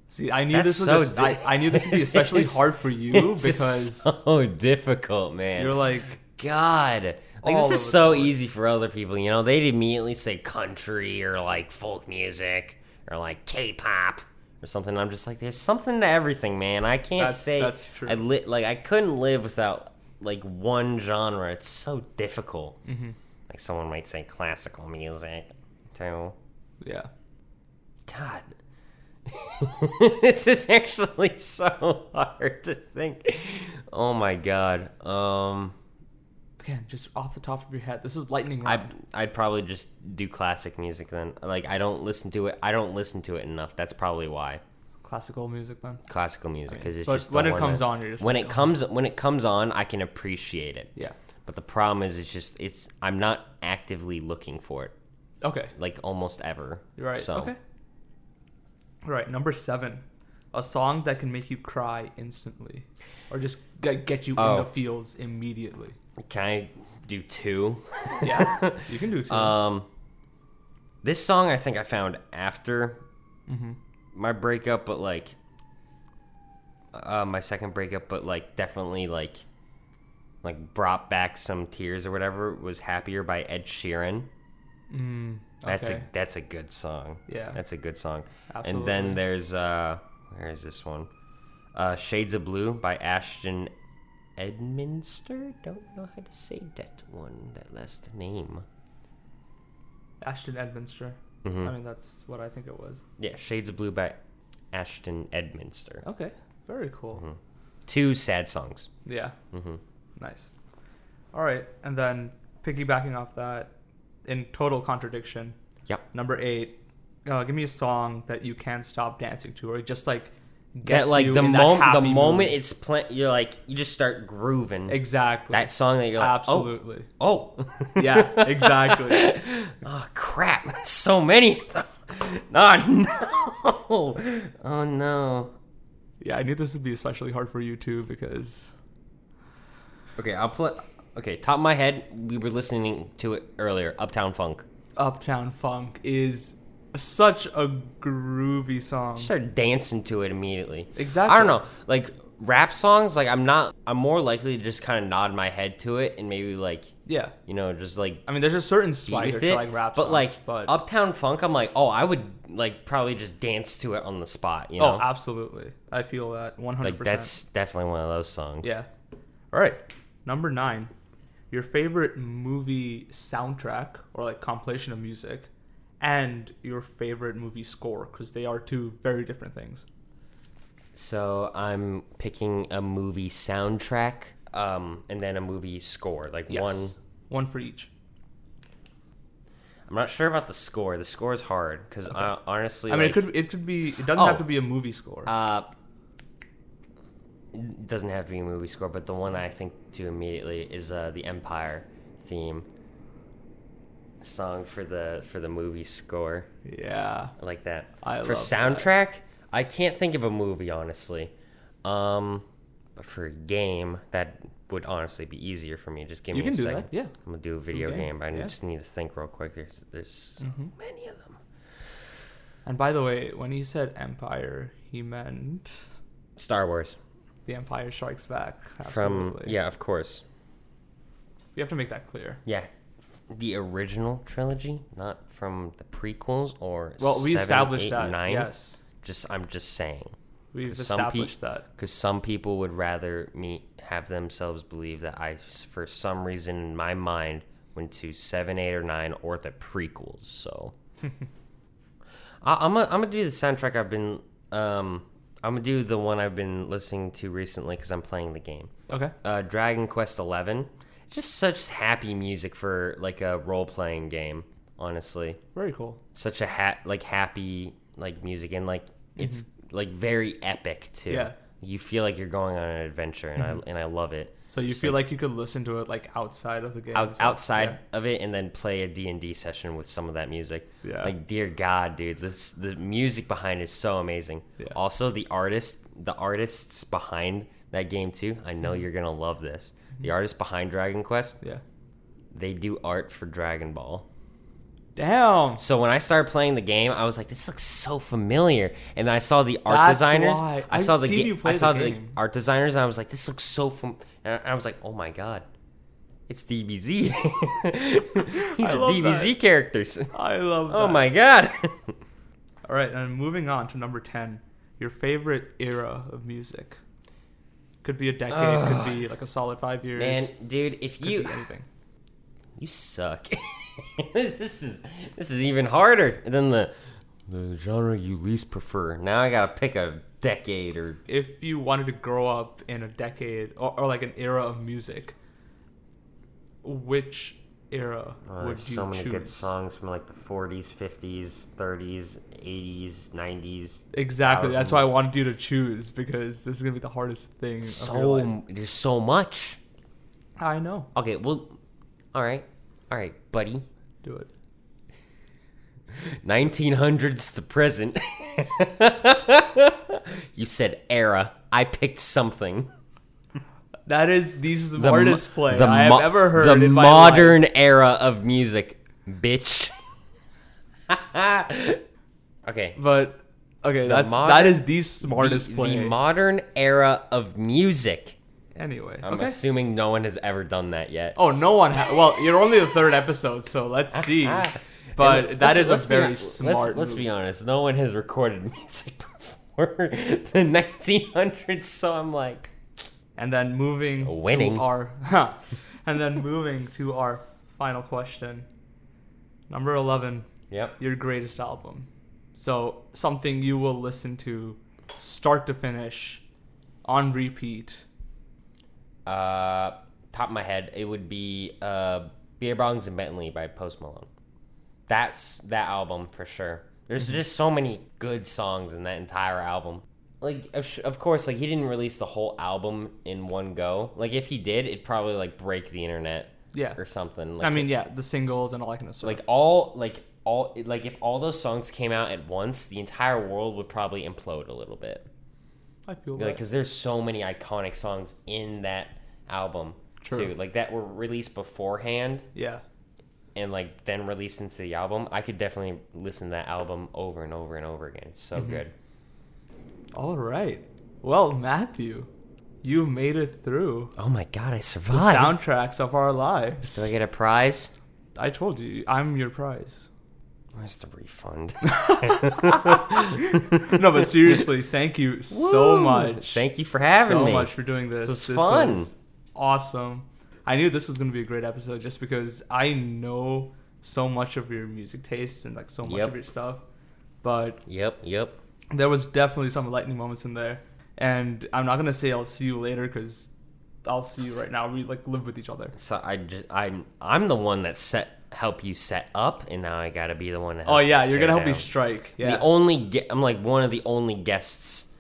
Speaker 1: See, I knew
Speaker 2: That's
Speaker 1: this was.
Speaker 2: so
Speaker 1: es- I,
Speaker 2: di-
Speaker 1: I knew this would be especially
Speaker 2: It's-
Speaker 1: hard for you
Speaker 2: it's
Speaker 1: because
Speaker 2: just so difficult, man.
Speaker 1: you're like,
Speaker 2: God, like
Speaker 1: All
Speaker 2: this is
Speaker 1: over
Speaker 2: so
Speaker 1: the place.
Speaker 2: easy for other people. You know, they'd immediately say country or like folk music or like K-pop or something. I'm just like, there's something to everything, man. I can't
Speaker 1: That's-
Speaker 2: say
Speaker 1: that's true.
Speaker 2: I li- like I couldn't live without like one genre. It's so difficult.
Speaker 1: Mm-hmm.
Speaker 2: Like someone might say classical music too.
Speaker 1: yeah.
Speaker 2: God. this is actually so hard to think. Oh my god. Um
Speaker 1: Again, just off the top of your head, this is lightning
Speaker 2: I
Speaker 1: round.
Speaker 2: I'd probably just do classic music then. Like I don't listen to it. I don't listen to it enough. That's probably why
Speaker 1: Classical music, then.
Speaker 2: classical music because it's
Speaker 1: But
Speaker 2: just the
Speaker 1: when it
Speaker 2: one
Speaker 1: comes
Speaker 2: that-
Speaker 1: on, you're just
Speaker 2: when
Speaker 1: like,
Speaker 2: it
Speaker 1: "Oh."
Speaker 2: comes when it comes on, I can appreciate it.
Speaker 1: Yeah.
Speaker 2: But the problem is, it's just it's I'm not actively looking for it
Speaker 1: Okay.
Speaker 2: like almost ever.
Speaker 1: Right.
Speaker 2: So
Speaker 1: Okay. All right. Number seven, a song that can make you cry instantly, or just g- get you in
Speaker 2: Oh.
Speaker 1: the feels immediately.
Speaker 2: can I do two? Uh,
Speaker 1: Yeah, you can do two.
Speaker 2: Um, this song I think I found after
Speaker 1: Mm-hmm.
Speaker 2: my breakup, but like uh, my second breakup, but like definitely like like brought back some tears or whatever was "Happier" by Ed Sheeran.
Speaker 1: Mm,
Speaker 2: That's
Speaker 1: okay.
Speaker 2: a that's a good song.
Speaker 1: Yeah.
Speaker 2: that's a good song. And
Speaker 1: Absolutely.
Speaker 2: then there's uh, where is this one? Uh, "Shades of Blue" by Ashton Edminster. Don't know how to say that one. That last name.
Speaker 1: Ashton Edminster.
Speaker 2: Mhm.
Speaker 1: I mean, that's what I think it was.
Speaker 2: Yeah, "Shades of Blue" by Ashton Edminster.
Speaker 1: Okay, very cool.
Speaker 2: Two sad songs.
Speaker 1: Yeah,
Speaker 2: Mm-hmm.
Speaker 1: nice. All right, and then piggybacking off that, in total contradiction,
Speaker 2: Yep.
Speaker 1: number eight, uh, give me a song that you can't stop dancing to, or just like
Speaker 2: that
Speaker 1: gets
Speaker 2: like
Speaker 1: you
Speaker 2: the
Speaker 1: in that
Speaker 2: moment the
Speaker 1: happy mood.
Speaker 2: moment it's playing you're like you just start grooving
Speaker 1: exactly
Speaker 2: that song that you're like absolutely
Speaker 1: absolutely
Speaker 2: oh oh,
Speaker 1: yeah exactly
Speaker 2: Oh, crap so many of them. oh no oh no
Speaker 1: yeah I knew this would be especially hard for you too because
Speaker 2: okay I'll play okay top of my head we were listening to it earlier Uptown Funk
Speaker 1: Uptown Funk is such a groovy song.
Speaker 2: start dancing to it immediately
Speaker 1: Exactly.
Speaker 2: I don't know like rap songs like I'm not I'm more likely to just kind of nod my head to it and maybe like
Speaker 1: Yeah.
Speaker 2: you know just like
Speaker 1: I mean, there's a certain
Speaker 2: beat
Speaker 1: swagger
Speaker 2: with
Speaker 1: to
Speaker 2: it,
Speaker 1: like rap
Speaker 2: but
Speaker 1: songs,
Speaker 2: like
Speaker 1: but
Speaker 2: Uptown Funk, I'm like, oh, I would like probably just dance to it on the spot, you know?
Speaker 1: oh, absolutely, I feel that 100.
Speaker 2: like that's definitely one of those songs.
Speaker 1: yeah. All right, number nine, your favorite movie soundtrack or like compilation of music, and your favorite movie score because they are two very different things.
Speaker 2: So I'm picking a movie soundtrack, um, and then a movie score, like
Speaker 1: Yes.
Speaker 2: one.
Speaker 1: one for each.
Speaker 2: I'm not sure about the score. The score is hard because honestly,
Speaker 1: I mean,
Speaker 2: like,
Speaker 1: it could it could be it doesn't
Speaker 2: Oh.
Speaker 1: have to be a movie score.
Speaker 2: Uh, it doesn't have to be a movie score, but the one I think to immediately is uh, the Empire theme song for the for the movie score.
Speaker 1: yeah,
Speaker 2: I like that.
Speaker 1: I
Speaker 2: for
Speaker 1: love
Speaker 2: soundtrack, I can't think of a movie honestly. Um, but for a game, that would honestly be easier for me. Just give
Speaker 1: you
Speaker 2: me
Speaker 1: can
Speaker 2: a
Speaker 1: do
Speaker 2: second.
Speaker 1: that. Yeah.
Speaker 2: I'm gonna do a video
Speaker 1: game,
Speaker 2: game, but I
Speaker 1: yeah. Mm-hmm.
Speaker 2: just need to think real quick. There's there's so many of them.
Speaker 1: And by the way, when he said empire, he meant
Speaker 2: Star Wars
Speaker 1: the Empire Strikes Back.
Speaker 2: from yeah, of course.
Speaker 1: we have to make that clear.
Speaker 2: Yeah. The original trilogy, not from the prequels or
Speaker 1: Well, we
Speaker 2: seven,
Speaker 1: established
Speaker 2: eight,
Speaker 1: that.
Speaker 2: nine.
Speaker 1: Yes,
Speaker 2: Just I'm just saying,
Speaker 1: we've
Speaker 2: 'Cause some pe-
Speaker 1: established that.
Speaker 2: because some people would rather me have themselves believe that I, s- for some reason in my mind, went to seven, eight, or nine or the prequels. So I, I'm gonna I'm gonna do the soundtrack I've been um I'm gonna do the one I've been listening to recently because I'm playing the game.
Speaker 1: Okay.
Speaker 2: uh, Dragon Quest Eleven. Just such happy music for like a role playing game. Honestly,
Speaker 1: Very cool.
Speaker 2: such a ha- like happy like music and like it's like very epic too.
Speaker 1: Mm-hmm. Yeah. Mm-hmm.
Speaker 2: You feel like you're going on an adventure, and I and I love it.
Speaker 1: So you feel like you could listen to it like outside of the game.
Speaker 2: Out,
Speaker 1: so-
Speaker 2: outside of it, and then play a D and D session with some of that music.
Speaker 1: Yeah.
Speaker 2: Like, dear God, dude, this the music behind is so amazing.
Speaker 1: Yeah.
Speaker 2: Also, the artist, the artists behind that game too. I
Speaker 1: Mm-hmm.
Speaker 2: know you're gonna love this. The artist behind Dragon Quest,
Speaker 1: Yeah.
Speaker 2: they do art for Dragon Ball.
Speaker 1: Damn.
Speaker 2: So when I started playing the game, I was like, "This looks so familiar." And I saw the art
Speaker 1: That's
Speaker 2: designers.
Speaker 1: why.
Speaker 2: I
Speaker 1: I've
Speaker 2: saw the
Speaker 1: seen
Speaker 2: ga-
Speaker 1: you play
Speaker 2: I saw
Speaker 1: the
Speaker 2: the,
Speaker 1: game.
Speaker 2: art designers, and I was like, "This looks so fam." And I was like, "Oh my god, it's DBZ. These
Speaker 1: I
Speaker 2: are
Speaker 1: love
Speaker 2: DBZ
Speaker 1: that.
Speaker 2: characters.
Speaker 1: I love that.
Speaker 2: Oh my god."
Speaker 1: All right, and moving on to number ten, your favorite era of music. Could be a decade. could be like a solid five years.
Speaker 2: Man, dude, if
Speaker 1: could
Speaker 2: you
Speaker 1: be anything.
Speaker 2: you suck. this, this is this is even harder than the the genre you least prefer. Now I gotta pick a decade or
Speaker 1: if you wanted to grow up in a decade or, or like an era of music, which era
Speaker 2: Uh,
Speaker 1: would
Speaker 2: there's
Speaker 1: you
Speaker 2: so many
Speaker 1: choose?
Speaker 2: good songs from like the 40s, 50s, 30s, 80s, 90s.
Speaker 1: Exactly. That's why I
Speaker 2: Thousands.
Speaker 1: wanted you to choose because this is gonna be the hardest thing. of your
Speaker 2: So
Speaker 1: life.
Speaker 2: m- there's so much.
Speaker 1: I know.
Speaker 2: Okay, well, all right, all right, buddy.
Speaker 1: Do it.
Speaker 2: 1900s to present. you said era. I picked something.
Speaker 1: That is the
Speaker 2: The mo-
Speaker 1: smartest play
Speaker 2: the
Speaker 1: I have
Speaker 2: mo-
Speaker 1: ever heard
Speaker 2: The
Speaker 1: in my life.
Speaker 2: modern era of music, bitch. okay,
Speaker 1: But Okay, that's
Speaker 2: mod-
Speaker 1: that is the
Speaker 2: The,
Speaker 1: smartest play.
Speaker 2: the modern era of music.
Speaker 1: anyway,
Speaker 2: I'm
Speaker 1: okay.
Speaker 2: assuming no one has ever done that yet.
Speaker 1: Oh, no one. Ha- well, you're only the third episode, so let's see.
Speaker 2: And
Speaker 1: But that
Speaker 2: let's-
Speaker 1: is a
Speaker 2: let's be hon-
Speaker 1: very
Speaker 2: let's-
Speaker 1: smart.
Speaker 2: Let's,
Speaker 1: move.
Speaker 2: be honest. No one has recorded music before the 1900s, so I'm like,
Speaker 1: And then moving
Speaker 2: Winning.
Speaker 1: to our huh. and then moving to our final question. Number 11,
Speaker 2: yep.
Speaker 1: your greatest album. So, something you will listen to start to finish on repeat.
Speaker 2: Uh, top of my head, it would be uh, "Beer Bongs and Bentley" by Post Malone. That's that album for sure.
Speaker 1: Mm-hmm.
Speaker 2: There's just so many good songs in that entire album. Like of, sh- of course, like he didn't release the whole album in one go. Like if he did, it'd probably like break the internet
Speaker 1: Yeah.
Speaker 2: or something. Like,
Speaker 1: I mean,
Speaker 2: it-
Speaker 1: yeah, the singles and all that kind of stuff.
Speaker 2: like all like all like if all those songs came out at once, the entire world would probably implode a little bit.
Speaker 1: I feel
Speaker 2: Like,
Speaker 1: like
Speaker 2: because there's so many iconic songs in that album
Speaker 1: True.
Speaker 2: too, like that were released beforehand
Speaker 1: yeah.
Speaker 2: and like then released into the album. I could definitely listen to that album over and over and over again. It's
Speaker 1: Mm-hmm.
Speaker 2: so good.
Speaker 1: All right. Well, Matthew, you made it through
Speaker 2: Oh my god, I
Speaker 1: the
Speaker 2: survived!
Speaker 1: soundtracks of our lives.
Speaker 2: Did I get a prize?
Speaker 1: I told you, I'm your prize.
Speaker 2: Where's the refund?
Speaker 1: no, but seriously, thank you so
Speaker 2: Woo!
Speaker 1: much.
Speaker 2: Thank you for having
Speaker 1: so
Speaker 2: me.
Speaker 1: much for doing this.
Speaker 2: was fun.
Speaker 1: awesome. I knew this was going to be a great episode just because I know so much of your music tastes and like so much
Speaker 2: Yep.
Speaker 1: of your stuff. But
Speaker 2: Yep, yep.
Speaker 1: there was definitely some lightning moments in there, and I'm not gonna say I'll see you later because I'll see you right now. We like live with each other.
Speaker 2: So I just I'm I'm the one that set help you set up, and now I gotta be the one to. Help
Speaker 1: Oh yeah,
Speaker 2: you
Speaker 1: you're
Speaker 2: tear
Speaker 1: gonna help me
Speaker 2: down.
Speaker 1: strike. Yeah.
Speaker 2: The only ge- I'm like one of the only guests.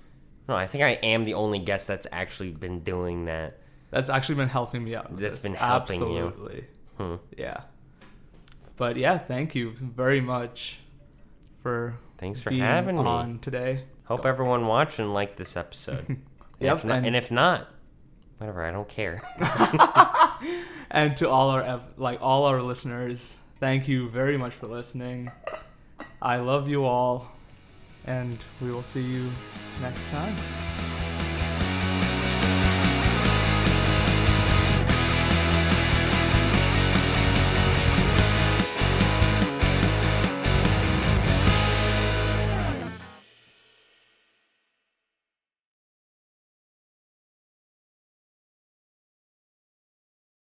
Speaker 2: No, I think I am the only guest that's actually been doing that.
Speaker 1: That's actually been helping me out. with
Speaker 2: That's
Speaker 1: this.
Speaker 2: been helping you.
Speaker 1: Absolutely.
Speaker 2: Hmm.
Speaker 1: Yeah. But yeah, thank you very much for
Speaker 2: Thanks for
Speaker 1: being
Speaker 2: having me.
Speaker 1: on today.
Speaker 2: Hope everyone watching liked this episode. And
Speaker 1: Yep,
Speaker 2: if not,
Speaker 1: and-
Speaker 2: and if not, whatever, I don't care.
Speaker 1: And to all our ev- like all our listeners, thank you very much for listening. I love you all, and we will see you next time.